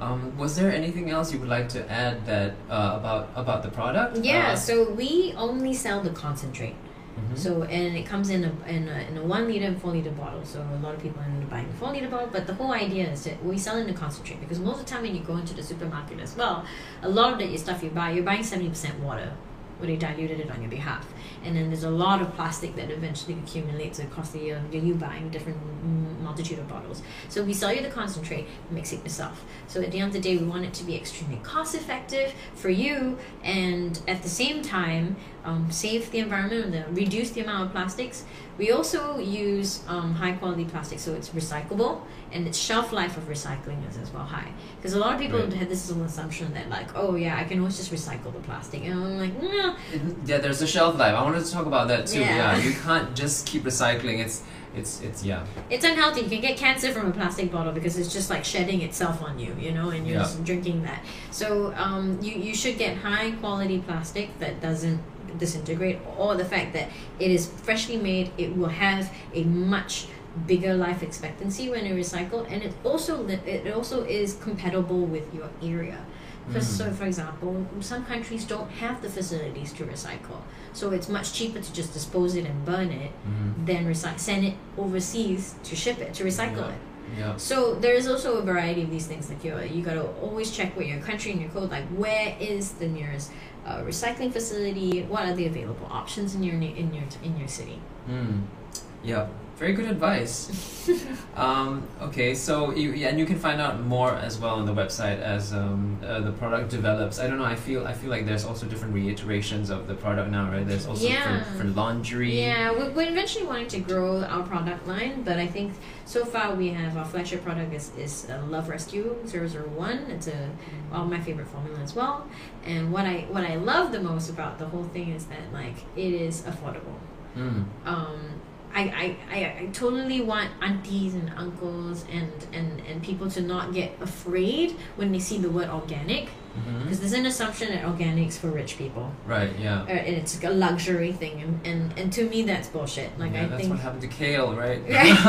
Speaker 1: Um, was there anything else you would like to add that uh, about about the product?
Speaker 2: yeah
Speaker 1: Uh,
Speaker 2: so we only sell the concentrate
Speaker 1: mhm.
Speaker 2: So and it comes in a in a, in a one liter and four liter bottle. So a lot of people end up buying a four liter bottle. But the whole idea is that we sell in the concentrate because most of the time when you go into the supermarket as well, a lot of the stuff you buy, you're buying seventy percent water. Where they diluted it on your behalf, and then there's a lot of plastic that eventually accumulates across the year. You're you buying different mm, multitude of bottles. So we sell you the concentrate, mix it yourself. So at the end of the day, we want it to be extremely cost effective for you, and at the same time, um, save the environment and the- reduce the amount of plastics. We also use um, high quality plastic, so it's recyclable and its shelf life of recycling is as well high. Because a lot of people
Speaker 1: Right.
Speaker 2: have this little assumption that like, oh yeah, I can always just recycle the plastic, and I'm like, no,
Speaker 1: It- yeah. There's a shelf life. I wanted to talk about that too.
Speaker 2: Yeah.
Speaker 1: Yeah. You can't just keep recycling. It's it's it's yeah.
Speaker 2: it's unhealthy. You can get cancer from a plastic bottle because it's just like shedding itself on you, you know, and you're
Speaker 1: Yeah.
Speaker 2: just drinking that. So um, you you should get high quality plastic that doesn't disintegrate, or the fact that it is freshly made. It will have a much bigger life expectancy when it recycled, and it also li- it also is compatible with your area. For,
Speaker 1: Mm.
Speaker 2: So, for example, some countries don't have the facilities to recycle, so it's much cheaper to just dispose it and burn it
Speaker 1: Mhm.
Speaker 2: then recy- send it overseas to ship it to recycle
Speaker 1: Yeah.
Speaker 2: it.
Speaker 1: Yeah.
Speaker 2: So there is also a variety of these things. Like you, you gotta always check with your country and your code. Like where is the nearest uh, recycling facility? What are the available options in your na- in your in your city?
Speaker 1: Mm. Yeah. Very good advice. um, okay, so you, yeah, and you can find out more as well on the website as um, uh, the product develops. I don't know. I feel I feel like there's also different reiterations of the product now, right? There's also
Speaker 2: Yeah.
Speaker 1: for, for laundry.
Speaker 2: Yeah, we, we're eventually wanting to grow our product line, but I think so far we have our flagship product is, is uh, Love Rescue 001. It's a well, my favorite formula as well. And what I what I love the most about the whole thing is that like it is affordable.
Speaker 1: Mm.
Speaker 2: um, I, I, I, I totally want aunties and uncles and, and, and people to not get afraid when they see the word organic
Speaker 1: hmm
Speaker 2: because there's an assumption that organic's for rich people
Speaker 1: Right. Yeah.
Speaker 2: uh, and it's a luxury thing and, and, and to me that's bullshit like
Speaker 1: yeah,
Speaker 2: I
Speaker 1: that's
Speaker 2: think
Speaker 1: what happened to kale, right?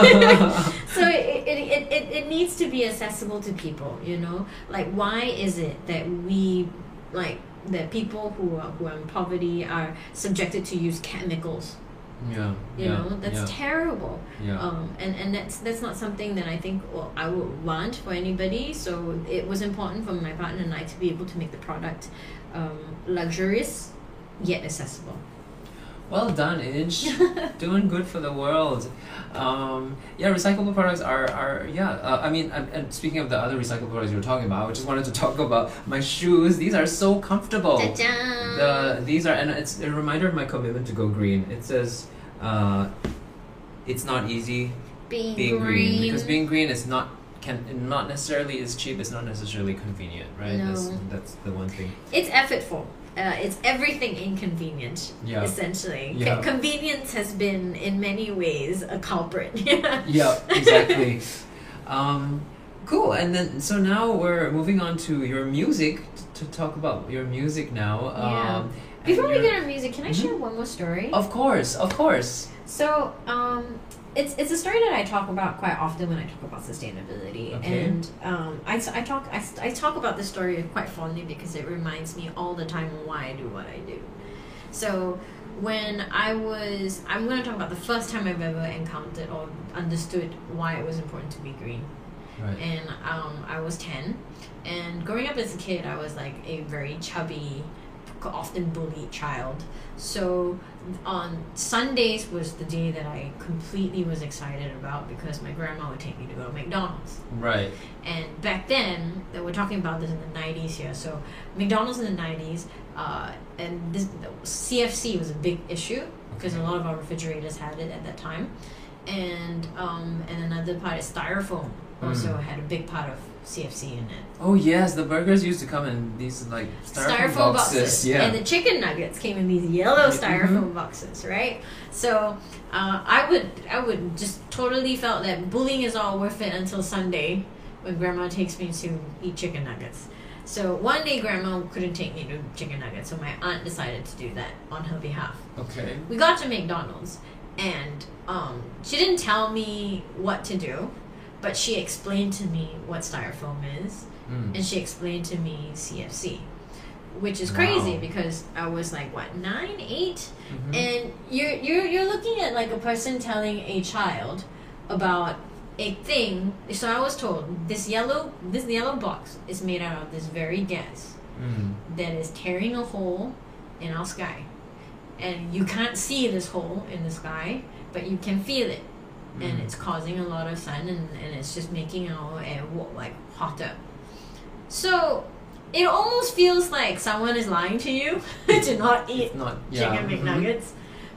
Speaker 2: Right. so it, it, it, it, it needs to be accessible to people you know like why is it that we like that people who are, who are in poverty are subjected to use chemicals
Speaker 1: Yeah.
Speaker 2: You
Speaker 1: yeah,
Speaker 2: know, that's
Speaker 1: yeah,
Speaker 2: terrible.
Speaker 1: yeah.
Speaker 2: Um, and and that's that's not something that I think well, I would want for anybody. So it was important for my partner and I to be able to make the product um, luxurious yet accessible.
Speaker 1: Well done, Inch. Doing good for the world. Um, yeah, recyclable products are, are yeah. Uh, I mean, and, and speaking of the other recyclable products you were talking about, I just wanted to talk about my shoes. These are so comfortable.
Speaker 2: Ta-da!
Speaker 1: Oh, The these are, and it's a reminder of my commitment to go green. It says, uh, it's not easy
Speaker 2: being,
Speaker 1: being green,
Speaker 2: green.
Speaker 1: because being green is not can not necessarily is cheap. It's not necessarily convenient, right? That's,
Speaker 2: No.
Speaker 1: that's the one thing.
Speaker 2: it's effortful. Uh, it's everything inconvenient.
Speaker 1: Yeah.
Speaker 2: Essentially,
Speaker 1: Yeah.
Speaker 2: Co- convenience has been in many ways a culprit. yeah,
Speaker 1: yeah, exactly. um, cool. And then, so now we're moving on to your music t- to talk about your music now.
Speaker 2: Yeah.
Speaker 1: Um, and
Speaker 2: Before we
Speaker 1: your-
Speaker 2: get our music, can I
Speaker 1: Mhm.
Speaker 2: share one more story?
Speaker 1: of course, of course.
Speaker 2: So, um, it's it's a story that I talk about quite often when I talk about sustainability,
Speaker 1: Okay.
Speaker 2: and um, I, s- I talk I, s- I talk about this story quite fondly because it reminds me all the time why I do what I do. So, when I was, I'm going to talk about the first time I've ever encountered or understood why it was important to be green
Speaker 1: Right.
Speaker 2: and um, I was 10. And growing up as a kid, I was like a very chubby, often bullied child. So on Sundays was the day that I completely was excited about because my grandma would take me to go to McDonald's.
Speaker 1: Right.
Speaker 2: And back then, that we're talking about this in the 90s here. So McDonald's in the 90s, uh, and this CFC was a big issue because a lot of our refrigerators had it at that time. And um, and another part is styrofoam also
Speaker 1: Mm.
Speaker 2: had a big part of CFC in it.
Speaker 1: Oh yes, the burgers used to come in these like styrofoam, boxes. Yeah.
Speaker 2: And the chicken nuggets came in these yellow
Speaker 1: Mhm.
Speaker 2: styrofoam boxes, right? So uh, I would I would just totally felt that bullying is all worth it until Sunday when grandma takes me to eat chicken nuggets. So one day grandma couldn't take me to chicken nuggets, so my aunt decided to do that on her behalf
Speaker 1: okay.
Speaker 2: we got to McDonald's and um, she didn't tell me what to do, but she explained to me what styrofoam is
Speaker 1: Mm.
Speaker 2: and she explained to me CFC, which is
Speaker 1: Wow.
Speaker 2: crazy because I was like what nine, eight,
Speaker 1: Mhm.
Speaker 2: and you're you're you're looking at like a person telling a child about a thing. So I was told this yellow this yellow box is made out of this very gas
Speaker 1: Mm.
Speaker 2: that is tearing a hole in our sky. And you can't see this hole in the sky, but you can feel it. And
Speaker 1: Mm.
Speaker 2: it's causing a lot of sun and, and it's just making our air wa- like hotter. So it almost feels like someone is lying to you to not eat
Speaker 1: It's not yeah.
Speaker 2: chicken
Speaker 1: mhm.
Speaker 2: McNuggets.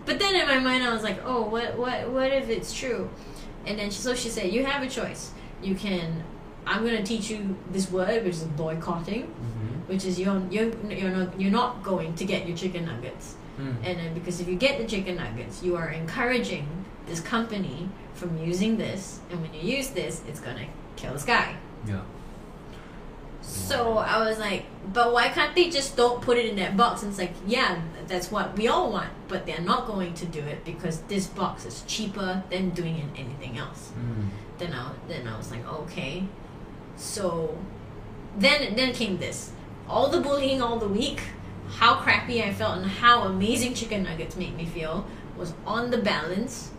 Speaker 2: But then in my mind, I was like, oh, what, what, what if it's true? And then she, so she said, you have a choice. You can, I'm gonna teach you this word, which is boycotting
Speaker 1: Mhm.
Speaker 2: which is you're you're you're not you're not going to get your chicken nuggets,
Speaker 1: Mm.
Speaker 2: and then because if you get the chicken nuggets, you are encouraging this company from using this, and when you use this, it's gonna kill this guy.
Speaker 1: Yeah.
Speaker 2: So I was like, but why can't they just don't put it in that box? And it's like, yeah, that's what we all want, but they're not going to do it because this box is cheaper than doing it anything else
Speaker 1: Mm.
Speaker 2: then I then I was like, okay. So then then came this. All the bullying all the week, how crappy I felt and how amazing chicken nuggets made me feel was on the balance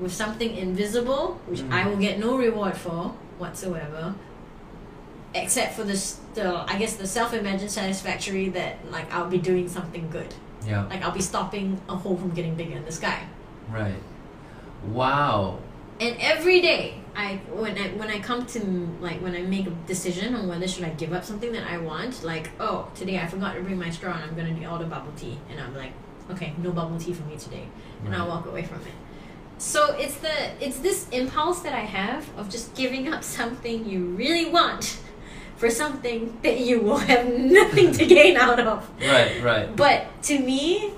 Speaker 2: with something invisible, which
Speaker 1: Mm.
Speaker 2: I will get no reward for whatsoever. Except for the, s- the I guess the self imagined satisfactory that like I'll be doing something good.
Speaker 1: Yeah.
Speaker 2: Like I'll be stopping a hole from getting bigger in the sky.
Speaker 1: Right. Wow.
Speaker 2: and every day I when I when I come to like when I make a decision on whether should I give up something that I want, like oh today I forgot to bring my straw and I'm gonna do all the bubble tea, and I'm like okay no bubble tea for me today, and I'll
Speaker 1: Right.
Speaker 2: walk away from it. So it's the it's this impulse that I have of just giving up something you really want for something that you will have nothing to gain out of.
Speaker 1: Right. Right.
Speaker 2: But to me,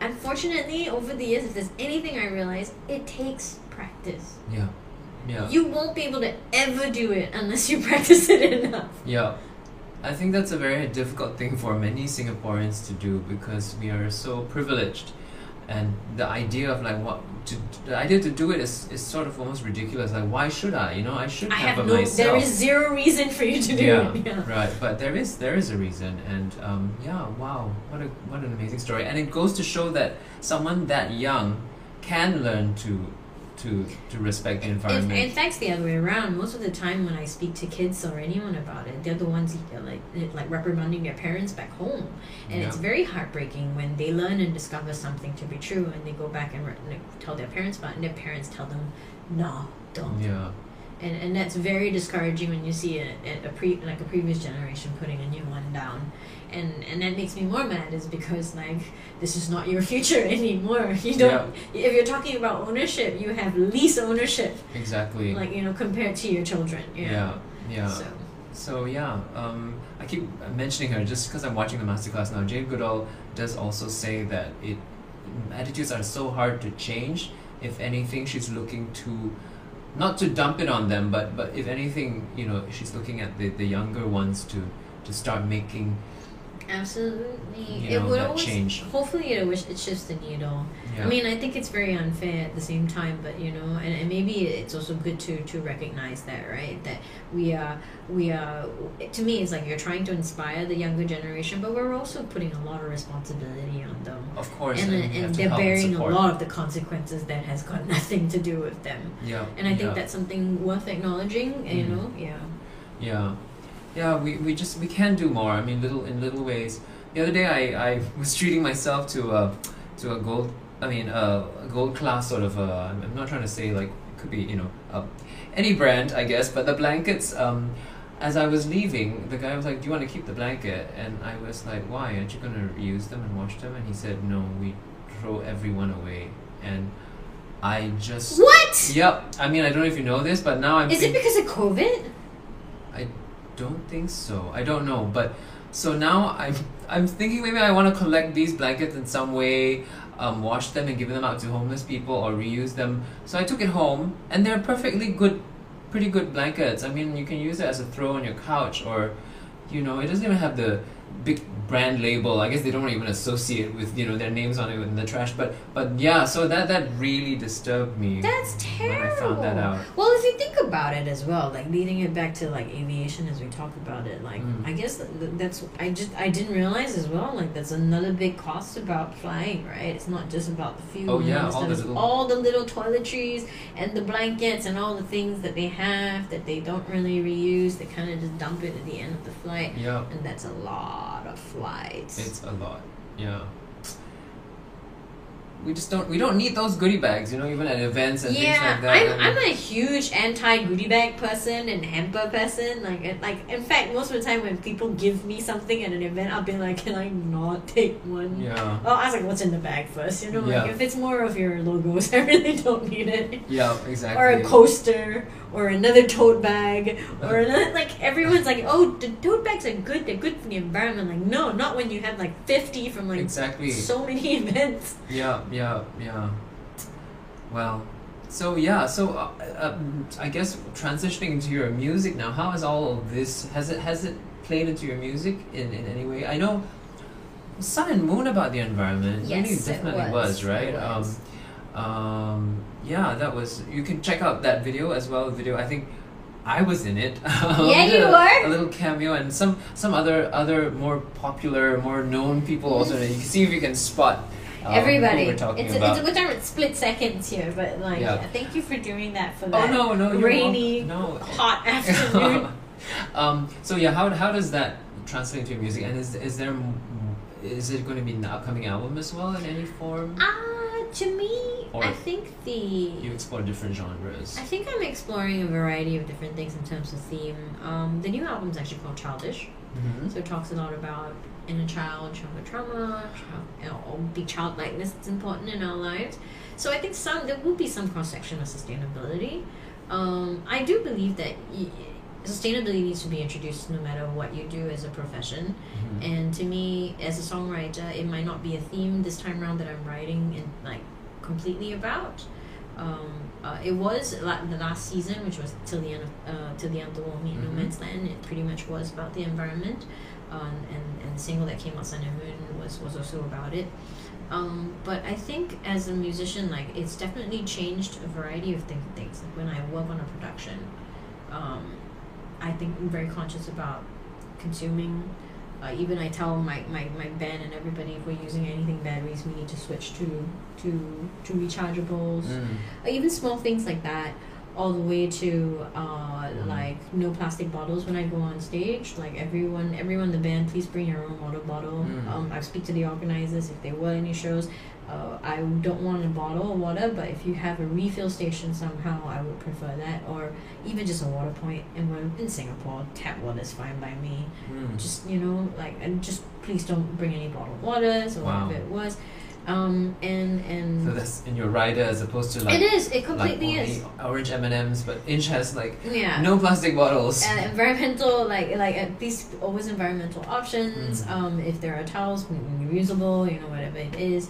Speaker 2: unfortunately, over the years, if there's anything I realize, it takes practice.
Speaker 1: Yeah. Yeah.
Speaker 2: You won't be able to ever do it unless you practice it enough.
Speaker 1: Yeah. I think that's a very difficult thing for many Singaporeans to do because we are so privileged and the idea of like what to the idea to do it is, is sort of almost ridiculous. Like why should I? You know, I should
Speaker 2: I have
Speaker 1: a
Speaker 2: no.
Speaker 1: myself.
Speaker 2: There is zero reason for you to do
Speaker 1: yeah,
Speaker 2: it. Yeah.
Speaker 1: Right. But there is there is a reason and um, yeah, wow. What a what an amazing story. And it goes to show that someone that young can learn to to to respect the
Speaker 2: In,
Speaker 1: environment.
Speaker 2: in fact, it's the other way around. Most of the time, when I speak to kids or anyone about it, they're the ones uh, like like reprimanding their parents back home, and it's
Speaker 1: Yeah.
Speaker 2: very heartbreaking when they learn and discover something to be true, and they go back and re- like, tell their parents about, it, and their parents tell them, "No, don't."
Speaker 1: yeah.
Speaker 2: And and that's very discouraging when you see a, a, a pre like a previous generation putting a new one down. And, and that makes me more mad is because like this is not your future anymore. You don't if you're talking about ownership, you have lease ownership
Speaker 1: Exactly.
Speaker 2: like you know compared to your children you
Speaker 1: yeah.
Speaker 2: know?
Speaker 1: Yeah.
Speaker 2: so
Speaker 1: So yeah, um, I keep mentioning her just because I'm watching the masterclass now. Jane Goodall does also say that it attitudes are so hard to change. If anything, she's looking to not to dump it on them, but but if anything, you know, she's looking at the, the younger ones to to start making
Speaker 2: absolutely
Speaker 1: you
Speaker 2: it
Speaker 1: know
Speaker 2: would
Speaker 1: that
Speaker 2: always
Speaker 1: change.
Speaker 2: hopefully it wish it shifts the needle
Speaker 1: Yeah.
Speaker 2: i mean i think it's very unfair at the same time but you know and, and maybe it's also good to to recognize that right that we are we are to me it's like you're trying to inspire the younger generation but we're also putting a lot of responsibility on them
Speaker 1: of course,
Speaker 2: and,
Speaker 1: and, you have
Speaker 2: and
Speaker 1: to
Speaker 2: they're
Speaker 1: help and
Speaker 2: bearing a
Speaker 1: support.
Speaker 2: lot of the consequences that has got nothing to do with them
Speaker 1: Yeah.
Speaker 2: and i
Speaker 1: yeah.
Speaker 2: think that's something worth acknowledging you
Speaker 1: Mhm.
Speaker 2: know yeah
Speaker 1: Yeah, yeah. We, we just we can do more. I mean, little in little ways. The other day, I, I was treating myself to a to a gold. I mean, uh, a gold class sort of. A, I'm not trying to say like it could be you know uh, any brand I guess, but the blankets. Um, as I was leaving, the guy was like, "Do you want to keep the blanket?" And I was like, "Why? Aren't you gonna reuse them and wash them?" And he said, "No, we throw everyone away." And I just.
Speaker 2: what
Speaker 1: Yep. I mean, I don't know if you know this, but now I'm.
Speaker 2: Is
Speaker 1: thinking-
Speaker 2: it because of COVID?
Speaker 1: I don't think so. I don't know, but so now I'm I'm thinking maybe I want to collect these blankets in some way, um, wash them and give them out to homeless people or reuse them. So I took it home, and they're perfectly good, pretty good blankets. I mean, you can use it as a throw on your couch, or you know, it doesn't even have the big brand label. I guess they don't even associate with you know their names on it in the trash. But but yeah, so that that really disturbed me.
Speaker 2: That's
Speaker 1: when I
Speaker 2: terrible.
Speaker 1: found that out.
Speaker 2: Well, if you think about it as well, like leading it back to like aviation as we talk about it, like
Speaker 1: Mm.
Speaker 2: I guess th- th- that's I just I didn't realize as well like that's another big cost about flying, right? It's not just about the fuel.
Speaker 1: Oh,
Speaker 2: and
Speaker 1: yeah,
Speaker 2: this
Speaker 1: all
Speaker 2: stuff.
Speaker 1: the
Speaker 2: It's
Speaker 1: little-
Speaker 2: all the little toiletries and the blankets and all the things that they have that they don't really reuse. They kind of just dump it at the end of the flight,
Speaker 1: Yeah.
Speaker 2: and that's a lot of flights.
Speaker 1: It's a lot. Yeah. We just don't. We don't need those goodie bags, you know, even at events and
Speaker 2: yeah,
Speaker 1: things like that.
Speaker 2: I'm, I'm a huge anti goodie bag person and hamper person. Like, it- like in fact, most of the time when people give me something at an event, I'll be like, "Can I not take one?"
Speaker 1: yeah.
Speaker 2: I'll ask like, "What's in the bag first? You know,
Speaker 1: Yeah.
Speaker 2: like if it's more of your logos, I really don't need it.
Speaker 1: Yeah. Exactly.
Speaker 2: Or a coaster, or another tote bag, or
Speaker 1: Uh.
Speaker 2: another like everyone's like, "Oh, the tote bags are good. They're good for the environment." Like, no, not when you have like fifty from like
Speaker 1: exactly.
Speaker 2: so many events.
Speaker 1: Yeah. Yeah. Yeah. Well. So yeah. So uh, uh, I guess transitioning into your music now. How has all of this has it has it played into your music in in any way? I know. Sun and Moon about the environment.
Speaker 2: Yes,
Speaker 1: really
Speaker 2: it
Speaker 1: definitely
Speaker 2: was.
Speaker 1: was, right?
Speaker 2: It was.
Speaker 1: Um, um yeah that was you can check out that video as well video i think i was in it
Speaker 2: Yeah, you were.
Speaker 1: a little cameo and some some other other more popular more known people also you can see if you can spot um,
Speaker 2: Everybody.
Speaker 1: who we're talking
Speaker 2: it's,
Speaker 1: about
Speaker 2: A, it's a good time. It's split seconds here, but like,
Speaker 1: Yeah.
Speaker 2: thank you for doing that for
Speaker 1: oh
Speaker 2: that
Speaker 1: no no you're
Speaker 2: rainy,
Speaker 1: welcome.
Speaker 2: hot
Speaker 1: no
Speaker 2: afternoon.
Speaker 1: um so yeah how, how does that translate to your music and is is there m- is it going to be in the upcoming album as well in any form
Speaker 2: Ah, to me,
Speaker 1: Or-
Speaker 2: I think the
Speaker 1: you explore different genres
Speaker 2: I think I'm exploring a variety of different things in terms of theme. Um, the new album's actually called Childish,
Speaker 1: hmm
Speaker 2: so it talks a lot about inner child, childhood trauma, child, or be childlikeness that's important in our lives. So I think some there will be some cross section of sustainability. Um, I do believe that y- sustainability needs to be introduced no matter what you do as a profession.
Speaker 1: hmm
Speaker 2: And to me, as a songwriter, it might not be a theme this time around that I'm writing and like completely about. Um, uh, it was la- the last season, which was till the end of uh, till the end of the war, Meet No
Speaker 1: Mhm.
Speaker 2: Man's Land. It pretty much was about the environment, um, and and the single that came out, Sun and Moon, was was also about it. Um, but I think as a musician, like it's definitely changed a variety of things. Things like when I work on a production, um, I think I'm very conscious about consuming Uh, even I tell my, my, my band and everybody if we're using anything batteries, we need to switch to to to rechargeables.
Speaker 1: Mm.
Speaker 2: Uh, even small things like that, all the way to uh,
Speaker 1: Mhm.
Speaker 2: like no plastic bottles when I go on stage. Like everyone, everyone in the band, please bring your own water bottle.
Speaker 1: Mm.
Speaker 2: Um, I speak to the organizers if they were any shows. Uh, I don't want a bottle of water, but if you have a refill station somehow, I would prefer that, or even just a water point. And when in Singapore, tap water is fine by me
Speaker 1: Mm.
Speaker 2: just you know like and just please don't bring any bottled waters or
Speaker 1: Wow.
Speaker 2: whatever it was um and and
Speaker 1: So that's in your rider as opposed to like
Speaker 2: it is it
Speaker 1: like
Speaker 2: completely
Speaker 1: only
Speaker 2: is
Speaker 1: orange M and M's, but Inch has like
Speaker 2: yeah
Speaker 1: no plastic bottles.
Speaker 2: and environmental like like at least always environmental options
Speaker 1: Mm.
Speaker 2: um if there are towels we- we reusable you know whatever it is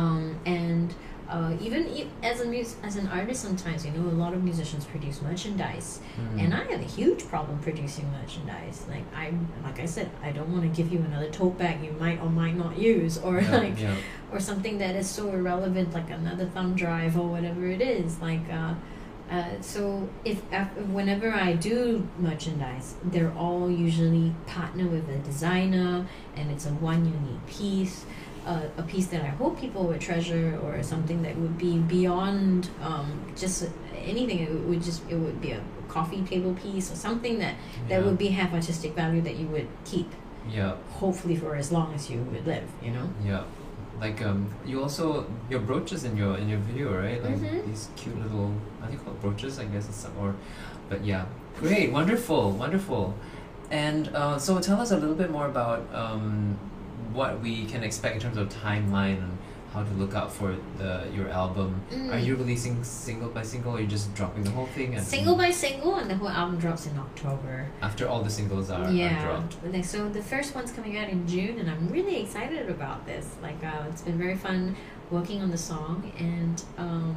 Speaker 2: um and uh, even e- as a mus- as an artist, sometimes you know a lot of musicians produce merchandise,
Speaker 1: Mm.
Speaker 2: and I have a huge problem producing merchandise. Like I, like I said, I don't want to give you another tote bag you might or might not use, or
Speaker 1: Mm-hmm. yeah,
Speaker 2: like
Speaker 1: yeah.
Speaker 2: or something that is so irrelevant, like another thumb drive or whatever it is. Like, uh, uh, so if, if whenever I do merchandise, they're all usually partner with a designer, and it's a one unique piece, uh, a piece that I hope people would treasure, or something that would be beyond um, just anything. It would just it would be a coffee table piece or something that
Speaker 1: yeah.
Speaker 2: that would be have artistic value that you would keep,
Speaker 1: yeah,
Speaker 2: hopefully for as long as you would live. You know.
Speaker 1: yeah. Like um, you also your brooches in your in your video, right? Like
Speaker 2: Mhm.
Speaker 1: these cute little I think called brooches, I guess it's some, or, but yeah, great, wonderful, wonderful. And uh, so tell us a little bit more about um, what we can expect in terms of timeline and how to look out for the your album. Are
Speaker 2: Mm.
Speaker 1: you releasing single by single, or are you just dropping the whole thing? And
Speaker 2: single by single, and the whole album drops in October.
Speaker 1: after all the singles are,
Speaker 2: yeah.
Speaker 1: are dropped.
Speaker 2: Like, So the first one's coming out in June, and I'm really excited about this. Like, uh, it's been very fun working on the song, and um,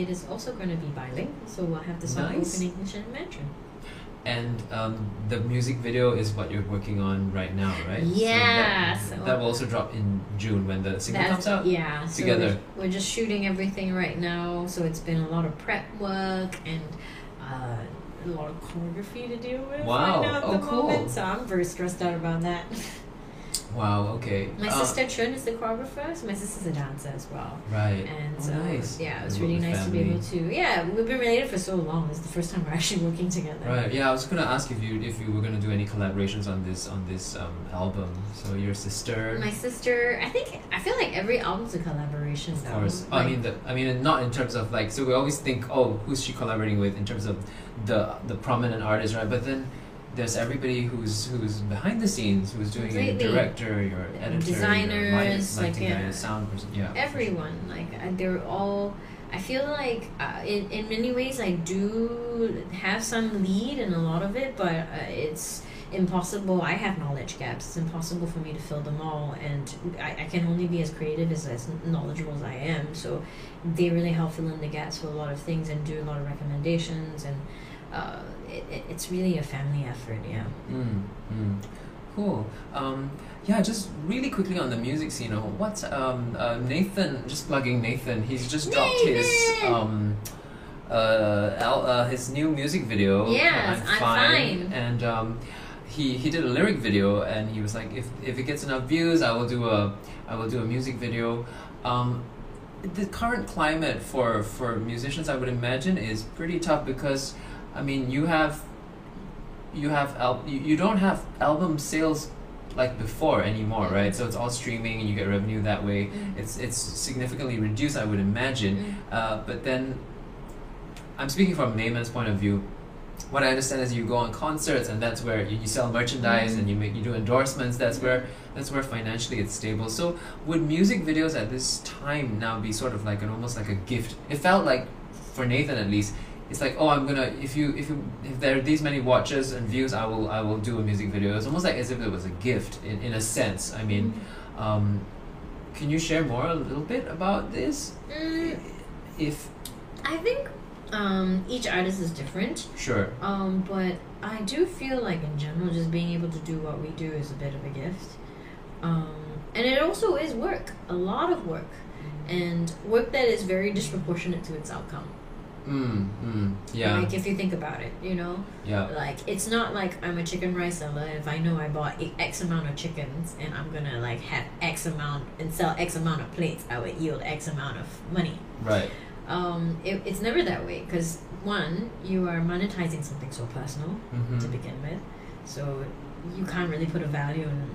Speaker 2: it is also going to be bilingual. So we'll have the song
Speaker 1: Nice.
Speaker 2: both in English and Mandarin.
Speaker 1: And um, the music video is what you're working on right now, right? So
Speaker 2: Yeah,
Speaker 1: that,
Speaker 2: so-
Speaker 1: that will also drop in June when the single
Speaker 2: That's-
Speaker 1: comes out.
Speaker 2: Yeah, so
Speaker 1: together.
Speaker 2: We're, we're just shooting everything right now, so it's been a lot of prep work and uh, a lot of choreography to deal with.
Speaker 1: Wow,
Speaker 2: Right now at
Speaker 1: oh,
Speaker 2: the
Speaker 1: cool.
Speaker 2: moment, so I'm very stressed out about that.
Speaker 1: Wow. Okay.
Speaker 2: My
Speaker 1: Uh,
Speaker 2: sister Chun is the choreographer, so my sister's a dancer as well.
Speaker 1: Right.
Speaker 2: And
Speaker 1: Oh,
Speaker 2: so,
Speaker 1: nice.
Speaker 2: yeah, it was
Speaker 1: You work
Speaker 2: really
Speaker 1: with
Speaker 2: nice to be
Speaker 1: family.
Speaker 2: able to. Yeah, we've been related for so long. It's the first time we're actually working together.
Speaker 1: Right. Yeah, I was gonna ask if you if you were gonna do any collaborations on this on this um, album. So your sister.
Speaker 2: My sister, I think, I feel like every album's a collaboration.
Speaker 1: Of
Speaker 2: though.
Speaker 1: course. I
Speaker 2: Like,
Speaker 1: mean, the, I mean, not in terms of like. So we always think, oh, who's she collaborating with in terms of the the prominent artist, right? But then there's everybody who's who's behind the scenes, who's doing your
Speaker 2: Completely.
Speaker 1: director, your editor, your light,
Speaker 2: Designers, like,
Speaker 1: lighting guy,
Speaker 2: yeah.
Speaker 1: sound person, yeah.
Speaker 2: everyone like I- they're all i feel like uh, in, in many ways i do have some lead in a lot of it but uh, it's impossible i have knowledge gaps it's impossible for me to fill them all and i, I can only be as creative as, as knowledgeable as i am so they really help fill in the gaps for a lot of things and do a lot of recommendations and uh, it, it- it's really a family effort yeah
Speaker 1: Mm, mm. Cool. Um, yeah, just really quickly on the music scene. uh, What's um, uh, Nathan? Just plugging Nathan. He's just dropped his
Speaker 2: Nathan!
Speaker 1: um, uh, al- uh, his new music video. uh,
Speaker 2: Yes, I'm Fine.
Speaker 1: And um, he he did a lyric video, and he was like, if if it gets enough views, I will do a I will do a music video. Um, the current climate for for musicians, I would imagine, is pretty tough because, I mean, you have you have al- you, you don't have album sales like before anymore, right? So it's all streaming, and you get revenue that way. It's it's significantly reduced, I would imagine.
Speaker 2: Mm.
Speaker 1: Uh, but then, I'm speaking from layman's point of view. What I understand is you go on concerts, and that's where you, you sell merchandise, and you make you do endorsements. That's where that's where financially it's stable. So would music videos at this time now be sort of like an almost like a gift? It felt like for Nathan at least. It's like, oh, I'm gonna if you if you if there are these many watches and views, I will I will do a music video. It's almost like as if it was a gift in, in a sense. I mean, um, can you share more a little bit about this?
Speaker 2: Mm,
Speaker 1: If
Speaker 2: i think um, each artist is different
Speaker 1: sure,
Speaker 2: Um, but I do feel like in general, just being able to do what we do is a bit of a gift. Um, and it also is work, a lot of work, and work that is very disproportionate to its outcome.
Speaker 1: Mm, mm, yeah,
Speaker 2: Like if you think about it, you know,
Speaker 1: yeah,
Speaker 2: like it's not like I'm a chicken rice seller. If I know I bought i- X amount of chickens and I'm gonna like have X amount and sell X amount of plates, I would yield X amount of money.
Speaker 1: right.
Speaker 2: Um, it, it's never that way because one, you are monetizing something so personal to
Speaker 1: Mm-hmm.
Speaker 2: begin with, so you can't really put a value on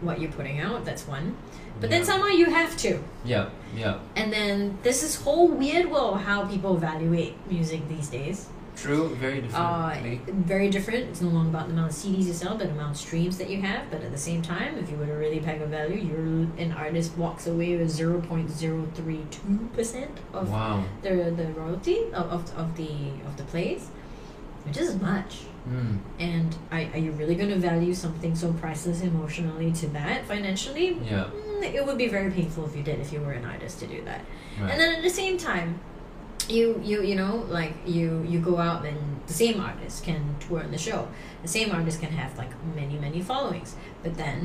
Speaker 2: what you're putting out. That's one, but
Speaker 1: yeah.
Speaker 2: then somehow you have to.
Speaker 1: Yeah, yeah,
Speaker 2: And then there's this whole weird world of how people evaluate music these days.
Speaker 1: true. Very
Speaker 2: Uh,
Speaker 1: differently.
Speaker 2: very different. It's no longer about the amount of CDs you sell, but the amount of streams that you have. But at the same time, if you were to really peg a value, you're an artist walks away with zero point zero three two percent of
Speaker 1: wow.
Speaker 2: the the royalty of, of, of the of the plays, which is much.
Speaker 1: Mm,
Speaker 2: And are, are you really going to value something so priceless emotionally to that financially?
Speaker 1: yeah,
Speaker 2: Mm, It would be very painful if you did, if you were an artist to do that
Speaker 1: right.
Speaker 2: and then at the same time you you you know like you you go out and the same artist can tour in the show the same artist can have like many many followings but then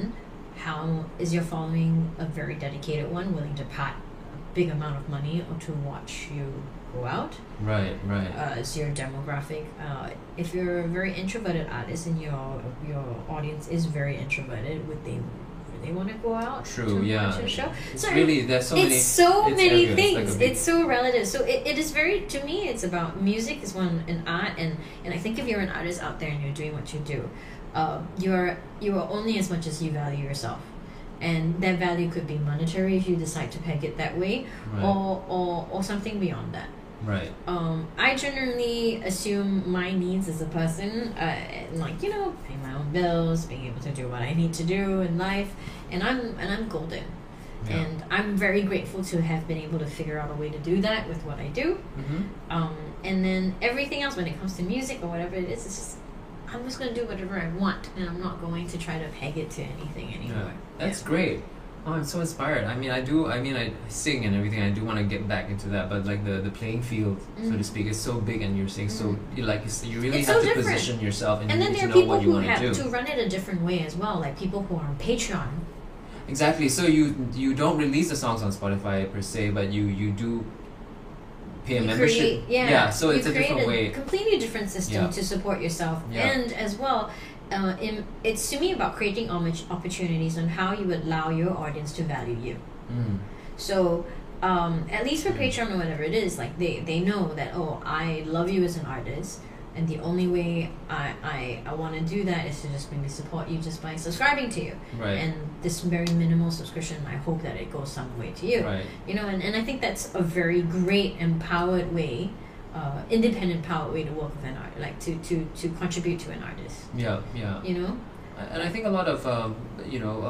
Speaker 2: how is your following a very dedicated one willing to pat a big amount of money or to watch you go out
Speaker 1: right, right.
Speaker 2: uh, is your demographic uh, if you're a very introverted artist and your your audience is very introverted would they really want to go out
Speaker 1: True,
Speaker 2: to
Speaker 1: yeah.
Speaker 2: watch a show
Speaker 1: It's
Speaker 2: so I-
Speaker 1: really, there's so many.
Speaker 2: it's so
Speaker 1: it's
Speaker 2: many
Speaker 1: everywhere. It's like a
Speaker 2: things. It's,
Speaker 1: big-
Speaker 2: so relative. So it, it is very to me. It's about music is one an art, and and I think if you're an artist out there and you're doing what you do, uh, you are you are only as much as you value yourself, and that value could be monetary if you decide to peg it that way,
Speaker 1: right,
Speaker 2: or or or something beyond that
Speaker 1: right.
Speaker 2: um, I generally assume my needs as a person, uh, and like you know, paying my own bills, being able to do what I need to do in life, and I'm and I'm golden,
Speaker 1: Yeah.
Speaker 2: and I'm very grateful to have been able to figure out a way to do that with what I do.
Speaker 1: Mm-hmm.
Speaker 2: Um, and then everything else, when it comes to music or whatever it is, it's just I'm just gonna do whatever I want, and I'm not going to try to peg it to anything anymore.
Speaker 1: That's great. Oh, I'm so inspired. I mean, I do. I mean, I sing and everything. I do want to get back into that, but like the the playing field, so to
Speaker 2: Mm.
Speaker 1: speak, is so big, and you're saying so. You like you, s- you really
Speaker 2: It's
Speaker 1: have
Speaker 2: so
Speaker 1: to
Speaker 2: different.
Speaker 1: position yourself, and,
Speaker 2: And
Speaker 1: you
Speaker 2: then
Speaker 1: need to
Speaker 2: there are
Speaker 1: know
Speaker 2: people
Speaker 1: what you
Speaker 2: who
Speaker 1: want
Speaker 2: have
Speaker 1: do.
Speaker 2: to run it a different way as well, like people who are on Patreon.
Speaker 1: Exactly. So you you don't release the songs on Spotify per se, but you you do pay a
Speaker 2: You
Speaker 1: membership.
Speaker 2: create- yeah,
Speaker 1: So
Speaker 2: you
Speaker 1: it's a
Speaker 2: create
Speaker 1: different way.
Speaker 2: Completely different system
Speaker 1: Yeah.
Speaker 2: to support yourself,
Speaker 1: Yeah.
Speaker 2: and as well, uh, in, it's to me about creating homage opportunities on how you would allow your audience to value you.
Speaker 1: Mm,
Speaker 2: So. Um, at least for
Speaker 1: Mm.
Speaker 2: Patreon or whatever it is, like they, they know that oh I love you as an artist, and the only way I I, I want to do that is to just maybe support you just by subscribing to you,
Speaker 1: right.
Speaker 2: and this very minimal subscription I hope that it goes some way to you
Speaker 1: Right.
Speaker 2: you know and, and i think that's a very great empowered way uh, independent powered way to work with an art like to, to, to contribute to an artist
Speaker 1: Yeah. Yeah.
Speaker 2: you know
Speaker 1: And I think a lot of um, you know uh,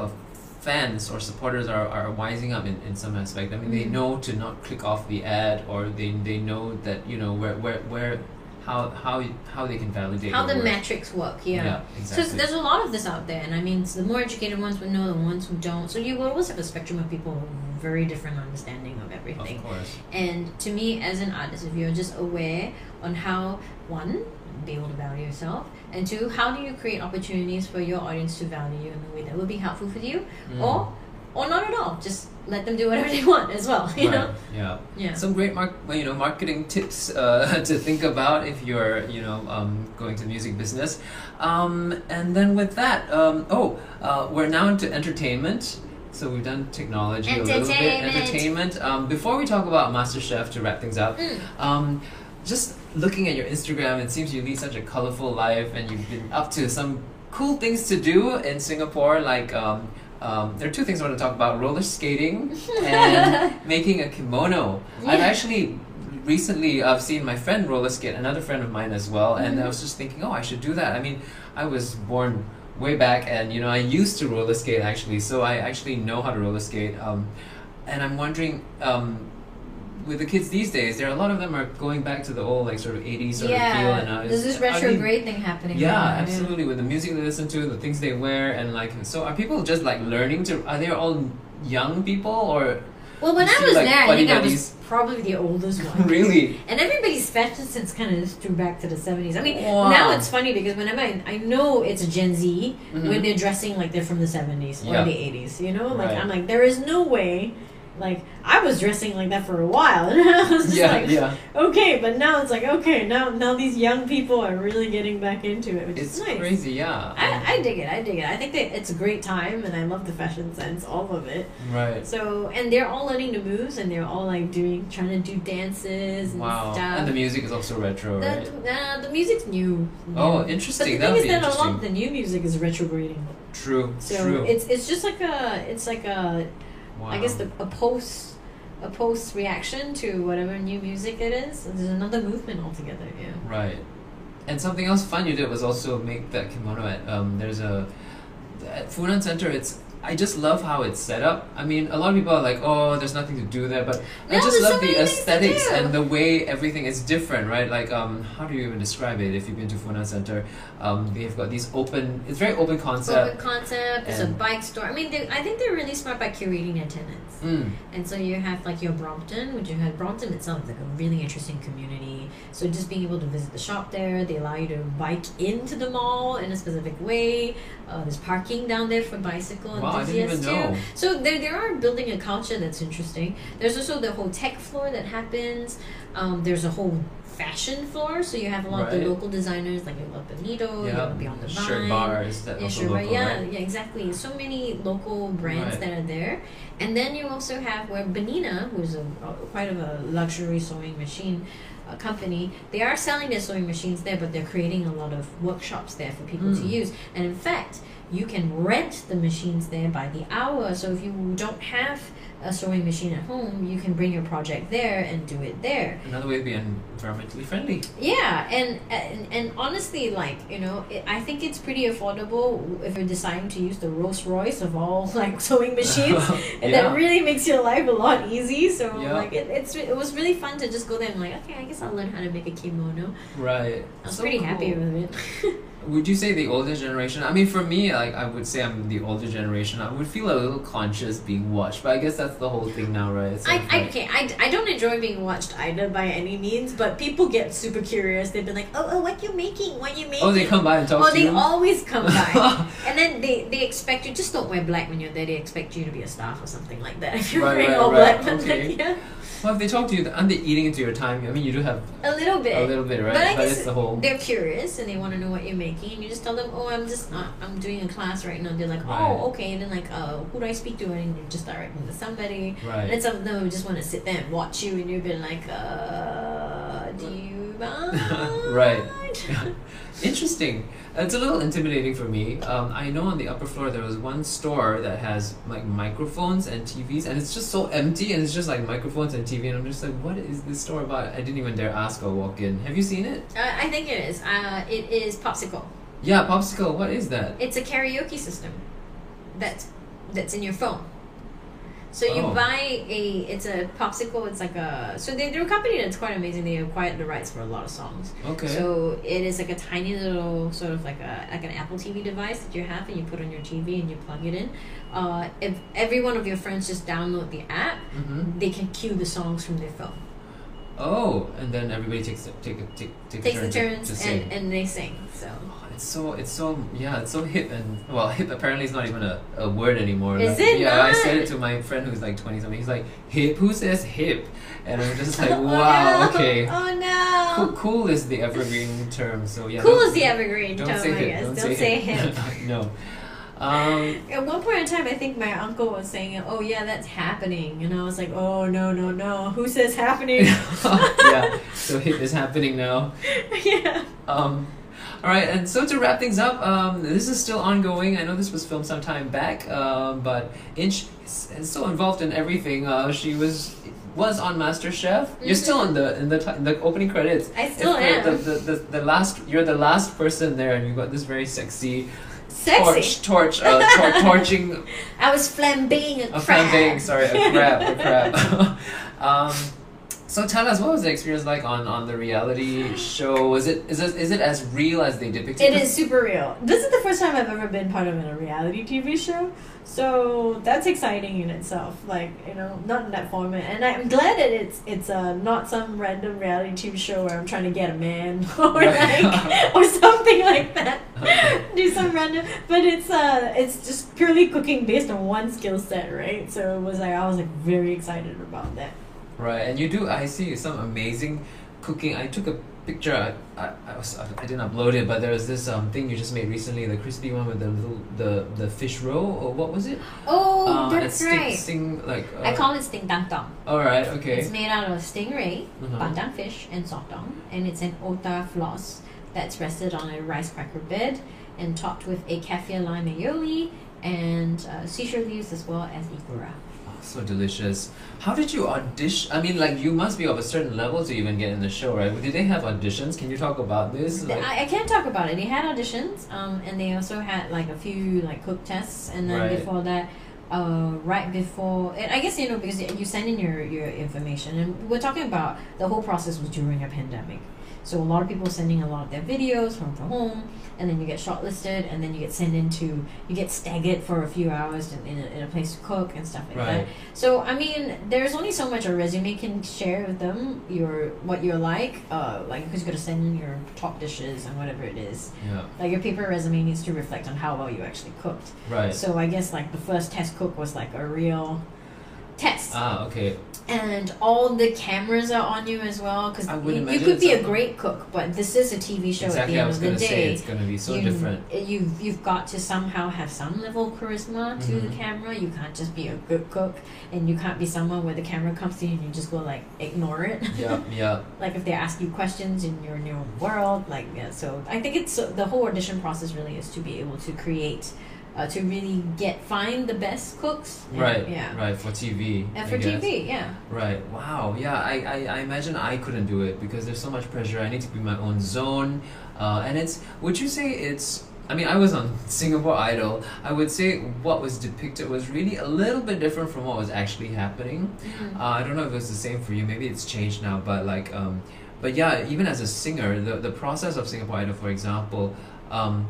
Speaker 1: fans or supporters are, are wising up in, in some aspect. I mean, they
Speaker 2: Mhm.
Speaker 1: know to not click off the ad, or they, they know that you know where where, where how how how they can validate
Speaker 2: how the
Speaker 1: your work.
Speaker 2: metrics work yeah,
Speaker 1: exactly.
Speaker 2: So there's a lot of this out there, and I mean, the more educated ones would know, the ones who don't. So you will always have a spectrum of people with very different understanding of everything.
Speaker 1: of course,
Speaker 2: And to me, as an artist, if you're just aware on how one be able to value yourself, and two, how do you create opportunities for your audience to value you in a way that will be helpful for you,
Speaker 1: Mm.
Speaker 2: or or not at all. Just let them do whatever they want as well. You
Speaker 1: right.
Speaker 2: know.
Speaker 1: yeah.
Speaker 2: Yeah.
Speaker 1: Some great mark, well, you know, marketing tips uh, to think about if you're, you know, um, going to the music business. Um, and then with that, um, oh, uh, we're now into entertainment. So we've done technology a little bit,
Speaker 2: Entertainment.
Speaker 1: entertainment. Um, before we talk about MasterChef to wrap things up,
Speaker 2: Mm.
Speaker 1: um, just looking at your Instagram, it seems you lead such a colorful life, and you've been up to some cool things to do in Singapore, like. Um, um, there are two things I want to talk about: roller skating and making a kimono. I've
Speaker 2: Yeah.
Speaker 1: actually recently I've seen my friend roller skate, another friend of mine as well, and I
Speaker 2: Mhm.
Speaker 1: was just thinking, oh, I should do that. I mean, I was born way back, and you know, I used to roller skate actually, so I actually know how to roller skate. Um, and I'm wondering. Um, with the kids these days, there are a lot of them are going back to the old like sort of '80s sort of feel, and I
Speaker 2: yeah.
Speaker 1: was-
Speaker 2: There's this
Speaker 1: I mean,
Speaker 2: retrograde thing happening.
Speaker 1: yeah,
Speaker 2: right now,
Speaker 1: absolutely. With the music they listen to, the things they wear, and like, so are people just like learning to? Are they all young people or
Speaker 2: Well, when
Speaker 1: You
Speaker 2: I
Speaker 1: see,
Speaker 2: was
Speaker 1: like,
Speaker 2: there, I
Speaker 1: buddy
Speaker 2: think I
Speaker 1: buddies.
Speaker 2: was probably the oldest one.
Speaker 1: really?
Speaker 2: And everybody's fashion sense kind of threw back to the 70s. I mean,
Speaker 1: Wow.
Speaker 2: now it's funny because whenever I, I know it's a Gen Z
Speaker 1: Mhm.
Speaker 2: when they're dressing like they're from the 70s or
Speaker 1: Yeah.
Speaker 2: the 80s, you know? Like,
Speaker 1: Right.
Speaker 2: I'm like, there is no way
Speaker 3: like I was dressing like that for a while, and I was just
Speaker 1: yeah,
Speaker 3: like,
Speaker 1: yeah.
Speaker 3: okay, but now it's like okay, now now these young people are really getting back into it, which
Speaker 1: It's
Speaker 3: is nice.
Speaker 1: crazy, yeah.
Speaker 3: I, I dig it. I dig it. I think that it's a great time, and I love the fashion sense, all of it.
Speaker 1: right.
Speaker 3: So, and they're all learning the moves, and they're all like doing, trying to do dances and
Speaker 1: Wow.
Speaker 3: stuff.
Speaker 1: And the music is also retro, right?
Speaker 3: the, uh, the music's new.
Speaker 1: Oh,
Speaker 3: New. But the
Speaker 1: interesting. That
Speaker 3: thing
Speaker 1: would
Speaker 3: is
Speaker 1: be
Speaker 3: that a lot
Speaker 1: interesting.
Speaker 3: of the new music is retrograding.
Speaker 1: True.
Speaker 3: So
Speaker 1: true.
Speaker 3: it's it's just like a it's like a
Speaker 1: wow.
Speaker 3: I guess the, a post a post reaction to whatever new music it is. There's another movement altogether. Yeah.
Speaker 1: Right. And something else fun you did was also make that kimono at um there's a at Funan Center it's I just love how it's set up. I mean, a lot of people are like, "Oh, there's nothing to do there," but I
Speaker 3: No,
Speaker 1: just
Speaker 3: there's so
Speaker 1: love
Speaker 3: many
Speaker 1: the
Speaker 3: things to
Speaker 1: aesthetics
Speaker 3: do.
Speaker 1: and the way everything is different, right? Like, um, how do you even describe it? If you've been to Funan Center, um, they've got these open. It's very open
Speaker 2: Open
Speaker 1: concept.
Speaker 2: concept. There's a
Speaker 1: and-
Speaker 2: bike store. I mean, they, I think they're really smart by curating their tenants.
Speaker 1: Mm,
Speaker 2: And so you have like your Brompton, which you have Brompton itself is like a really interesting community. So just being able to visit the shop there, they allow you to bike into the mall in a specific way. Uh, there's parking down there for bicycle
Speaker 1: Mm. wow, I didn't
Speaker 2: enthusiasts
Speaker 1: even
Speaker 2: too.
Speaker 1: know.
Speaker 2: So there, there are building a culture that's interesting. There's also the whole tech floor that happens. Um, there's a whole fashion floor, so you have a lot of
Speaker 1: Right.
Speaker 2: the local designers like your Love Bonito,
Speaker 1: Yeah,
Speaker 2: your Beyond the Vine.
Speaker 1: shirt bars that
Speaker 2: Yeah,
Speaker 1: also
Speaker 2: sure,
Speaker 1: local,
Speaker 2: right. yeah,
Speaker 1: right?
Speaker 2: yeah, exactly. So many local brands
Speaker 1: Right.
Speaker 2: that are there, and then you also have where Benina, who's a, a quite of a luxury sewing machine uh, company, they are selling their sewing machines there, but they're creating a lot of workshops there for people to
Speaker 1: Mm.
Speaker 2: use. And in fact, you can rent the machines there by the hour. So if you don't have a sewing machine at home, you can bring your project there and do it there.
Speaker 1: Another way to be environmentally friendly.
Speaker 2: Yeah, and and, and honestly, like you know, it, I think it's pretty affordable if you're deciding to use the Rolls Royce of all like sewing machines. And
Speaker 1: yeah.
Speaker 3: That really makes your life a lot easy. So
Speaker 1: Yeah.
Speaker 3: like
Speaker 2: like it, it's it was really fun to just go there and like, okay, I guess I'll learn how to make a kimono.
Speaker 1: right.
Speaker 2: I was
Speaker 1: So
Speaker 2: pretty happy
Speaker 1: cool.
Speaker 2: with it.
Speaker 1: Would you say the older generation? I mean, for me, like I would say I'm the older generation. I would feel a little conscious being watched, but I guess that's the whole thing now, right? It's
Speaker 3: I,
Speaker 1: like,
Speaker 3: I, okay, I, I don't enjoy being watched either by any means, but people get super curious. They've been like, oh, oh what you making? What you making?
Speaker 1: oh, they come by and talk
Speaker 3: Oh,
Speaker 1: to
Speaker 3: they
Speaker 1: you.
Speaker 3: always come by. and then they, they expect you, just don't wear black when you're there. They expect you to be a staff or something like that. If you're
Speaker 1: Right,
Speaker 3: wearing
Speaker 1: right,
Speaker 3: all
Speaker 1: right.
Speaker 3: black, but
Speaker 1: Okay.
Speaker 3: like, yeah.
Speaker 1: well, if they talk to you, aren't they eating into your time? I mean, you do have
Speaker 2: a little bit.
Speaker 1: a little bit, right?
Speaker 2: But I guess
Speaker 1: it's the whole.
Speaker 2: They're curious and they want to know what you're making, and you just tell them, "Oh, I'm just uh, I'm doing a class right now." They're like,
Speaker 1: Right.
Speaker 2: "Oh, okay." And then like, "Uh, who do I speak to?" And you just direct them to somebody.
Speaker 1: Right.
Speaker 2: And some of them just want to sit there and watch you, and you've been like, uh, do you mind?
Speaker 1: Right. Interesting. It's a little intimidating for me. Um, I know on the upper floor there was one store that has like microphones and TVs, and it's just so empty, and it's just like microphones and TV, and I'm just like, what is this store about? I didn't even dare ask or walk in. Have you seen it?
Speaker 2: Uh, I think it is. Uh, it is popsicle.
Speaker 1: Yeah, popsicle. What is that?
Speaker 2: It's a karaoke system. That's that's in your phone. So you
Speaker 1: Oh.
Speaker 2: buy a it's a popsicle. It's like a so they, they're a company that's quite amazing. They acquired the rights for a lot of songs.
Speaker 1: Okay.
Speaker 2: So it is like a tiny little sort of like a like an Apple TV device that you have, and you put on your TV and you plug it in. Uh, if every one of your friends just download the app,
Speaker 1: hmm
Speaker 2: they can cue the songs from their phone.
Speaker 1: Oh, and then everybody takes a, take a, take take
Speaker 2: Takes
Speaker 1: a turn
Speaker 2: the turns
Speaker 1: to, to sing.
Speaker 2: and, and they sing. So
Speaker 1: Oh, it's so it's so yeah it's so hip and well hip apparently is not even a, a word anymore.
Speaker 2: Is
Speaker 1: Like,
Speaker 2: it
Speaker 1: Yeah, I said
Speaker 2: not?
Speaker 1: it to my friend who's like twenty something. He's like hip. Who says hip? And I'm just like
Speaker 2: Oh,
Speaker 1: wow.
Speaker 2: no.
Speaker 1: Okay.
Speaker 2: Oh
Speaker 1: Cool,
Speaker 2: no.
Speaker 1: cool is the evergreen term. So yeah.
Speaker 2: Cool
Speaker 1: don't-
Speaker 2: is the evergreen
Speaker 1: Don't
Speaker 2: term,
Speaker 1: say
Speaker 2: I
Speaker 1: hip.
Speaker 2: guess.
Speaker 1: Don't,
Speaker 2: Don't say hip.
Speaker 1: no. Um,
Speaker 2: At one point in time, I think my uncle was saying, "Oh yeah, that's happening," and I was like, "Oh no, no, no! Who says happening?"
Speaker 1: yeah. So hip is happening now.
Speaker 2: yeah.
Speaker 1: Um, all right, and so to wrap things up, um, this is still ongoing. I know this was filmed some time back, um, but Inch is, is so involved in everything. Uh, she was was on MasterChef. You're still in the in the, ti- the opening credits.
Speaker 2: Mm-hmm. I still
Speaker 1: It's the,
Speaker 2: am.
Speaker 1: The, the, the, the last you're the last person there, and you got this very sexy,
Speaker 2: Sexy.
Speaker 1: torch torch uh, tor- torching
Speaker 2: I was flambeing a
Speaker 1: a
Speaker 2: crab.
Speaker 1: fanbang, sorry, a crab, a crab. um, so tell us, what was the experience like on, on the reality show? Was it is it, is it as real as they depicted?
Speaker 3: It is super real. This is the first time I've ever been part of a reality TV show, so that's exciting in itself. Like you know, not in that format, and I'm glad that it's it's uh, not some random reality TV show where I'm trying to get a man or
Speaker 1: Right.
Speaker 3: like or something like that. Do some random, but it's uh, it's just purely cooking based on one skill set, right? So it was like I was like very excited about that.
Speaker 1: Right, and you do. I see some amazing cooking. I took a picture. I, I, I was I didn't upload it, but there was this um thing you just made recently, the crispy one with the little the the fish roll or what was it?
Speaker 2: Oh,
Speaker 1: Uh,
Speaker 2: that's
Speaker 1: and sting,
Speaker 2: right.
Speaker 1: Sting like. Uh,
Speaker 2: I call it sting tang tong.
Speaker 1: All right. Okay.
Speaker 2: It's made out of stingray,
Speaker 1: Uh-huh.
Speaker 2: pantang fish, and sotong, and it's an ota floss that's rested on a rice cracker bed and topped with a kaffir lime aioli and uh, seashore leaves as well as ikura.
Speaker 1: Oh, so delicious. How did you audition? I mean, like you must be of a certain level to even get in the show, right? Did they have auditions? Can you talk about this?
Speaker 2: Th- I, I can't talk about it. They had auditions, um, and they also had like a few like cook tests, and then
Speaker 1: Right.
Speaker 2: before that, uh, right before, and I guess you know because y- you send in your your information, and we're talking about the whole process was during a pandemic, so a lot of people sending a lot of their videos from from home, and then you get shortlisted, and then you get sent into you get staggered for a few hours in in a, in a place to cook and stuff like that.
Speaker 1: right.
Speaker 2: So I mean, there's only so much a resume can share with them. Your what you're like, uh, like because you got to send in your top dishes and whatever it is.
Speaker 1: Yeah.
Speaker 2: Like your paper resume needs to reflect on how well you actually cooked.
Speaker 1: Right.
Speaker 2: So I guess like the first test cook was like a real test,
Speaker 1: ah. Okay.
Speaker 2: and all the cameras are on you as well because
Speaker 1: I would
Speaker 2: you, you
Speaker 1: imagine
Speaker 2: could be
Speaker 1: it's
Speaker 2: a
Speaker 1: on-
Speaker 2: great cook, but this is a TV show
Speaker 1: exactly. I
Speaker 2: at
Speaker 1: was
Speaker 2: the
Speaker 1: gonna
Speaker 2: end of the
Speaker 1: say
Speaker 2: day.
Speaker 1: it's gonna be so
Speaker 2: you,
Speaker 1: different.
Speaker 2: You've you've got to somehow have some level of charisma to the
Speaker 1: Mhm.
Speaker 2: camera. You can't just be a good cook, and you can't be someone where the camera comes to you and you just go like ignore it.
Speaker 1: yeah. Yeah.
Speaker 2: like if they ask you questions in your new world, like yeah. So I think it's uh, the whole audition process really is to be able to create, uh, to really get find the best cooks. and-
Speaker 1: Right.
Speaker 2: Yeah.
Speaker 1: Right. For TV.
Speaker 2: And
Speaker 1: I
Speaker 2: for
Speaker 1: guess.
Speaker 2: TV, yeah.
Speaker 1: Right. Wow. Yeah. I, I, I imagine I couldn't do it because there's so much pressure. I need to be in my own zone. Uh, and it's, would you say it's, I mean, I was on Singapore Idol. I would say what was depicted was really a little bit different from what was actually happening.
Speaker 2: Mhm.
Speaker 1: Uh, I don't know if it's the same for you. Maybe it's changed now, but like, um, but yeah, even as a singer, the, the process of Singapore Idol, for example, um,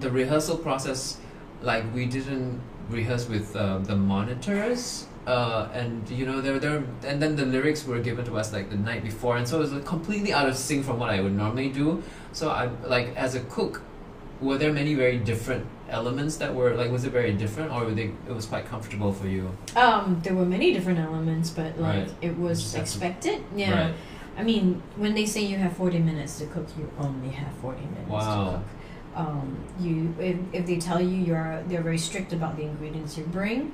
Speaker 1: the rehearsal process, like we didn't rehearse with uh, the monitors. Uh, and you know there, there, and then the lyrics were given to us like the night before, and so it was like, completely out of sync from what I would normally do. So I like as a cook, were there many very different elements that were like was it very different or were they it was quite comfortable for you?
Speaker 2: Um, there were many different elements, but like
Speaker 1: Right.
Speaker 2: it
Speaker 1: Just
Speaker 2: was
Speaker 1: have to-
Speaker 2: expected. Yeah.
Speaker 1: Right.
Speaker 2: I mean, when they say you have 40 minutes to cook, you only have 40 minutes
Speaker 1: Wow.
Speaker 2: to cook. Um, you, if, if they tell you you're, they're very strict about the ingredients you bring.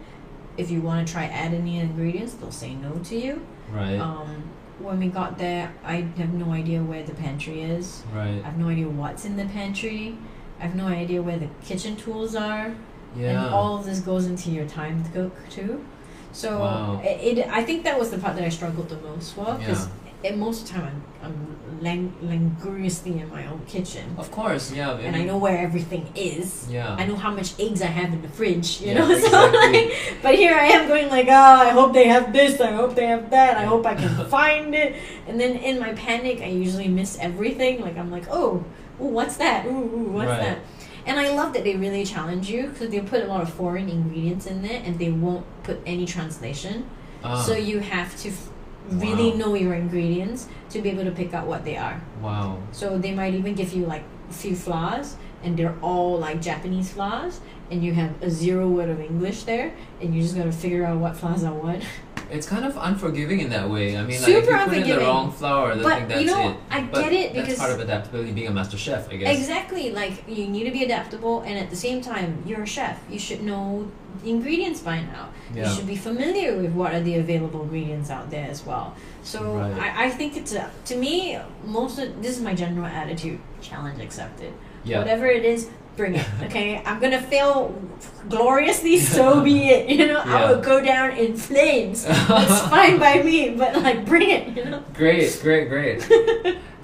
Speaker 2: If you want to try add any ingredients, they'll say no to you.
Speaker 1: Right.
Speaker 2: Um, when we got there, I have no idea where the pantry is. I
Speaker 1: Right.
Speaker 2: have no idea what's in the pantry. I have no idea where the kitchen tools are
Speaker 1: Yeah.
Speaker 2: and all of this goes into your time to cook too. So
Speaker 1: Wow.
Speaker 2: it, it, I think that was the part that I struggled the most for because most of the time I'm, I'm lang- languorously in my own kitchen
Speaker 1: of course. Yeah.
Speaker 2: and I
Speaker 1: maybe.
Speaker 2: know where everything is.
Speaker 1: Oh, Yeah.
Speaker 2: I know how much eggs I have in the fridge, you
Speaker 1: Yeah,
Speaker 2: know. So
Speaker 1: exactly.
Speaker 2: like,
Speaker 3: But here I am going like, oh,
Speaker 2: "Ah,
Speaker 3: I hope they have this. I hope they have that. I hope I can find it.
Speaker 2: and then in my panic, I usually miss everything. Like I'm like, oh, ooh, what's that? Ooh, ooh what's
Speaker 1: Right.
Speaker 2: that? And I love that they really challenge you because they put a lot of foreign ingredients in there and they won't put any translation.
Speaker 1: Ah,
Speaker 2: So you have to f- really
Speaker 1: Wow.
Speaker 2: know your ingredients to be able to pick out what they are.
Speaker 1: wow.
Speaker 2: So they might even give you like a few flowers, and they're all like Japanese flowers, and you have a zero word of English there, and you just gotta figure out what flowers are what.
Speaker 1: It's kind of unforgiving in that way. I mean, like if
Speaker 2: Super
Speaker 1: you put in the
Speaker 2: unforgiving.
Speaker 1: wrong flour, the
Speaker 2: But,
Speaker 1: thing that's
Speaker 2: you know,
Speaker 1: it.
Speaker 2: I
Speaker 1: But
Speaker 2: get it
Speaker 1: that's
Speaker 2: because-
Speaker 1: part of adaptability, being a master chef, I guess.
Speaker 2: Exactly, like you need to be adaptable, and at the same time, you're a chef. You should know the ingredients by now.
Speaker 1: Yeah.
Speaker 2: You should be familiar with what are the available ingredients out there as well. So
Speaker 1: Right.
Speaker 2: I, I think it's a, to me most of this is my general attitude. Challenge accepted.
Speaker 1: yeah.
Speaker 2: Whatever it is, bring it. Okay, I'm gonna fail gloriously. So be it. You know, I will
Speaker 1: Yeah.
Speaker 2: go down in flames. It's fine by me, but like bring it. You know.
Speaker 1: Great, great, great.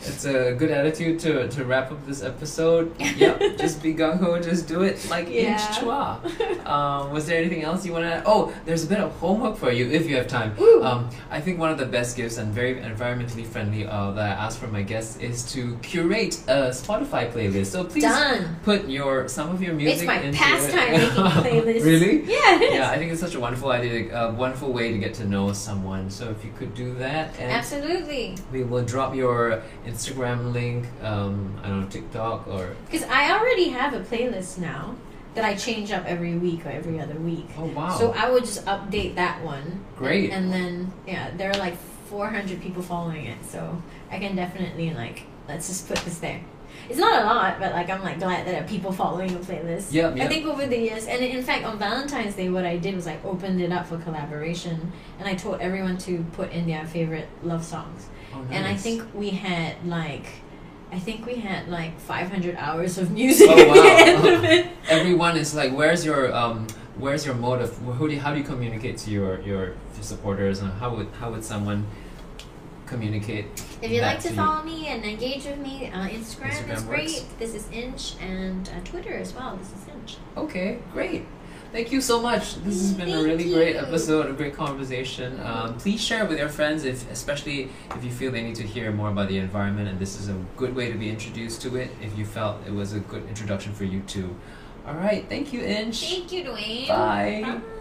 Speaker 1: it's a good attitude to, to wrap up this episode. Yep, just be gung ho, just do it like
Speaker 2: Yeah.
Speaker 1: inch chua. Um, was there anything else you want to add? Oh, there's a bit of homework for you if you have time.
Speaker 2: Ooh.
Speaker 1: Um, I think one of the best gifts and very environmentally friendly uh, that I ask from my guests is to curate a Spotify playlist. So please
Speaker 2: Done.
Speaker 1: put your some of your music.
Speaker 2: It's my
Speaker 1: into
Speaker 2: pastime
Speaker 1: it.
Speaker 2: making playlist.
Speaker 1: really?
Speaker 2: Yeah. It is.
Speaker 1: Yeah, I think it's such a wonderful idea, a wonderful way to get to know someone. So if you could do that, and
Speaker 2: Absolutely.
Speaker 1: we will drop your Instagram link, um, I don't know, TikTok or
Speaker 2: Because I already have a playlist now that I change up every week or every other week.
Speaker 1: oh wow,
Speaker 2: So I would just update that one.
Speaker 1: great.
Speaker 2: And then, yeah, there are like 400 people following it. So I can definitely, like, let's just put this there. It's not a lot, but like I'm like glad that there are people following a playlist.
Speaker 1: Yep,
Speaker 2: I
Speaker 1: yep.
Speaker 2: think over the years, and in fact on Valentine's Day, what I did was like opened it up for collaboration, and I told everyone to put in their favorite love songs.
Speaker 1: Oh,
Speaker 2: And I
Speaker 1: nice.
Speaker 2: think we had like, I think we had like 500 hours of music
Speaker 1: Oh,
Speaker 2: at
Speaker 1: wow.
Speaker 2: the end of it.
Speaker 1: everyone is like, where's your um, where's your motive? Wh- Who do you, how do you communicate to your your supporters? And how would how would someone communicate?
Speaker 4: If you'd
Speaker 1: back
Speaker 4: like to
Speaker 1: you?
Speaker 4: follow me and engage with me, uh, Instagram,
Speaker 1: Instagram
Speaker 4: is
Speaker 1: works.
Speaker 4: great. This is Inch and uh, Twitter as well. This is Inch.
Speaker 1: Okay, great. Thank you so much. This has been a
Speaker 4: Thank
Speaker 1: really great
Speaker 4: you.
Speaker 1: episode, a great conversation. Um, please share it with your friends, if especially if you feel they need to hear more about the environment, and this is a good way to be introduced to it. If you felt it was a good introduction for you too. All right, thank you, Inch.
Speaker 4: Thank you, Dwayne.
Speaker 1: Bye.
Speaker 4: Bye.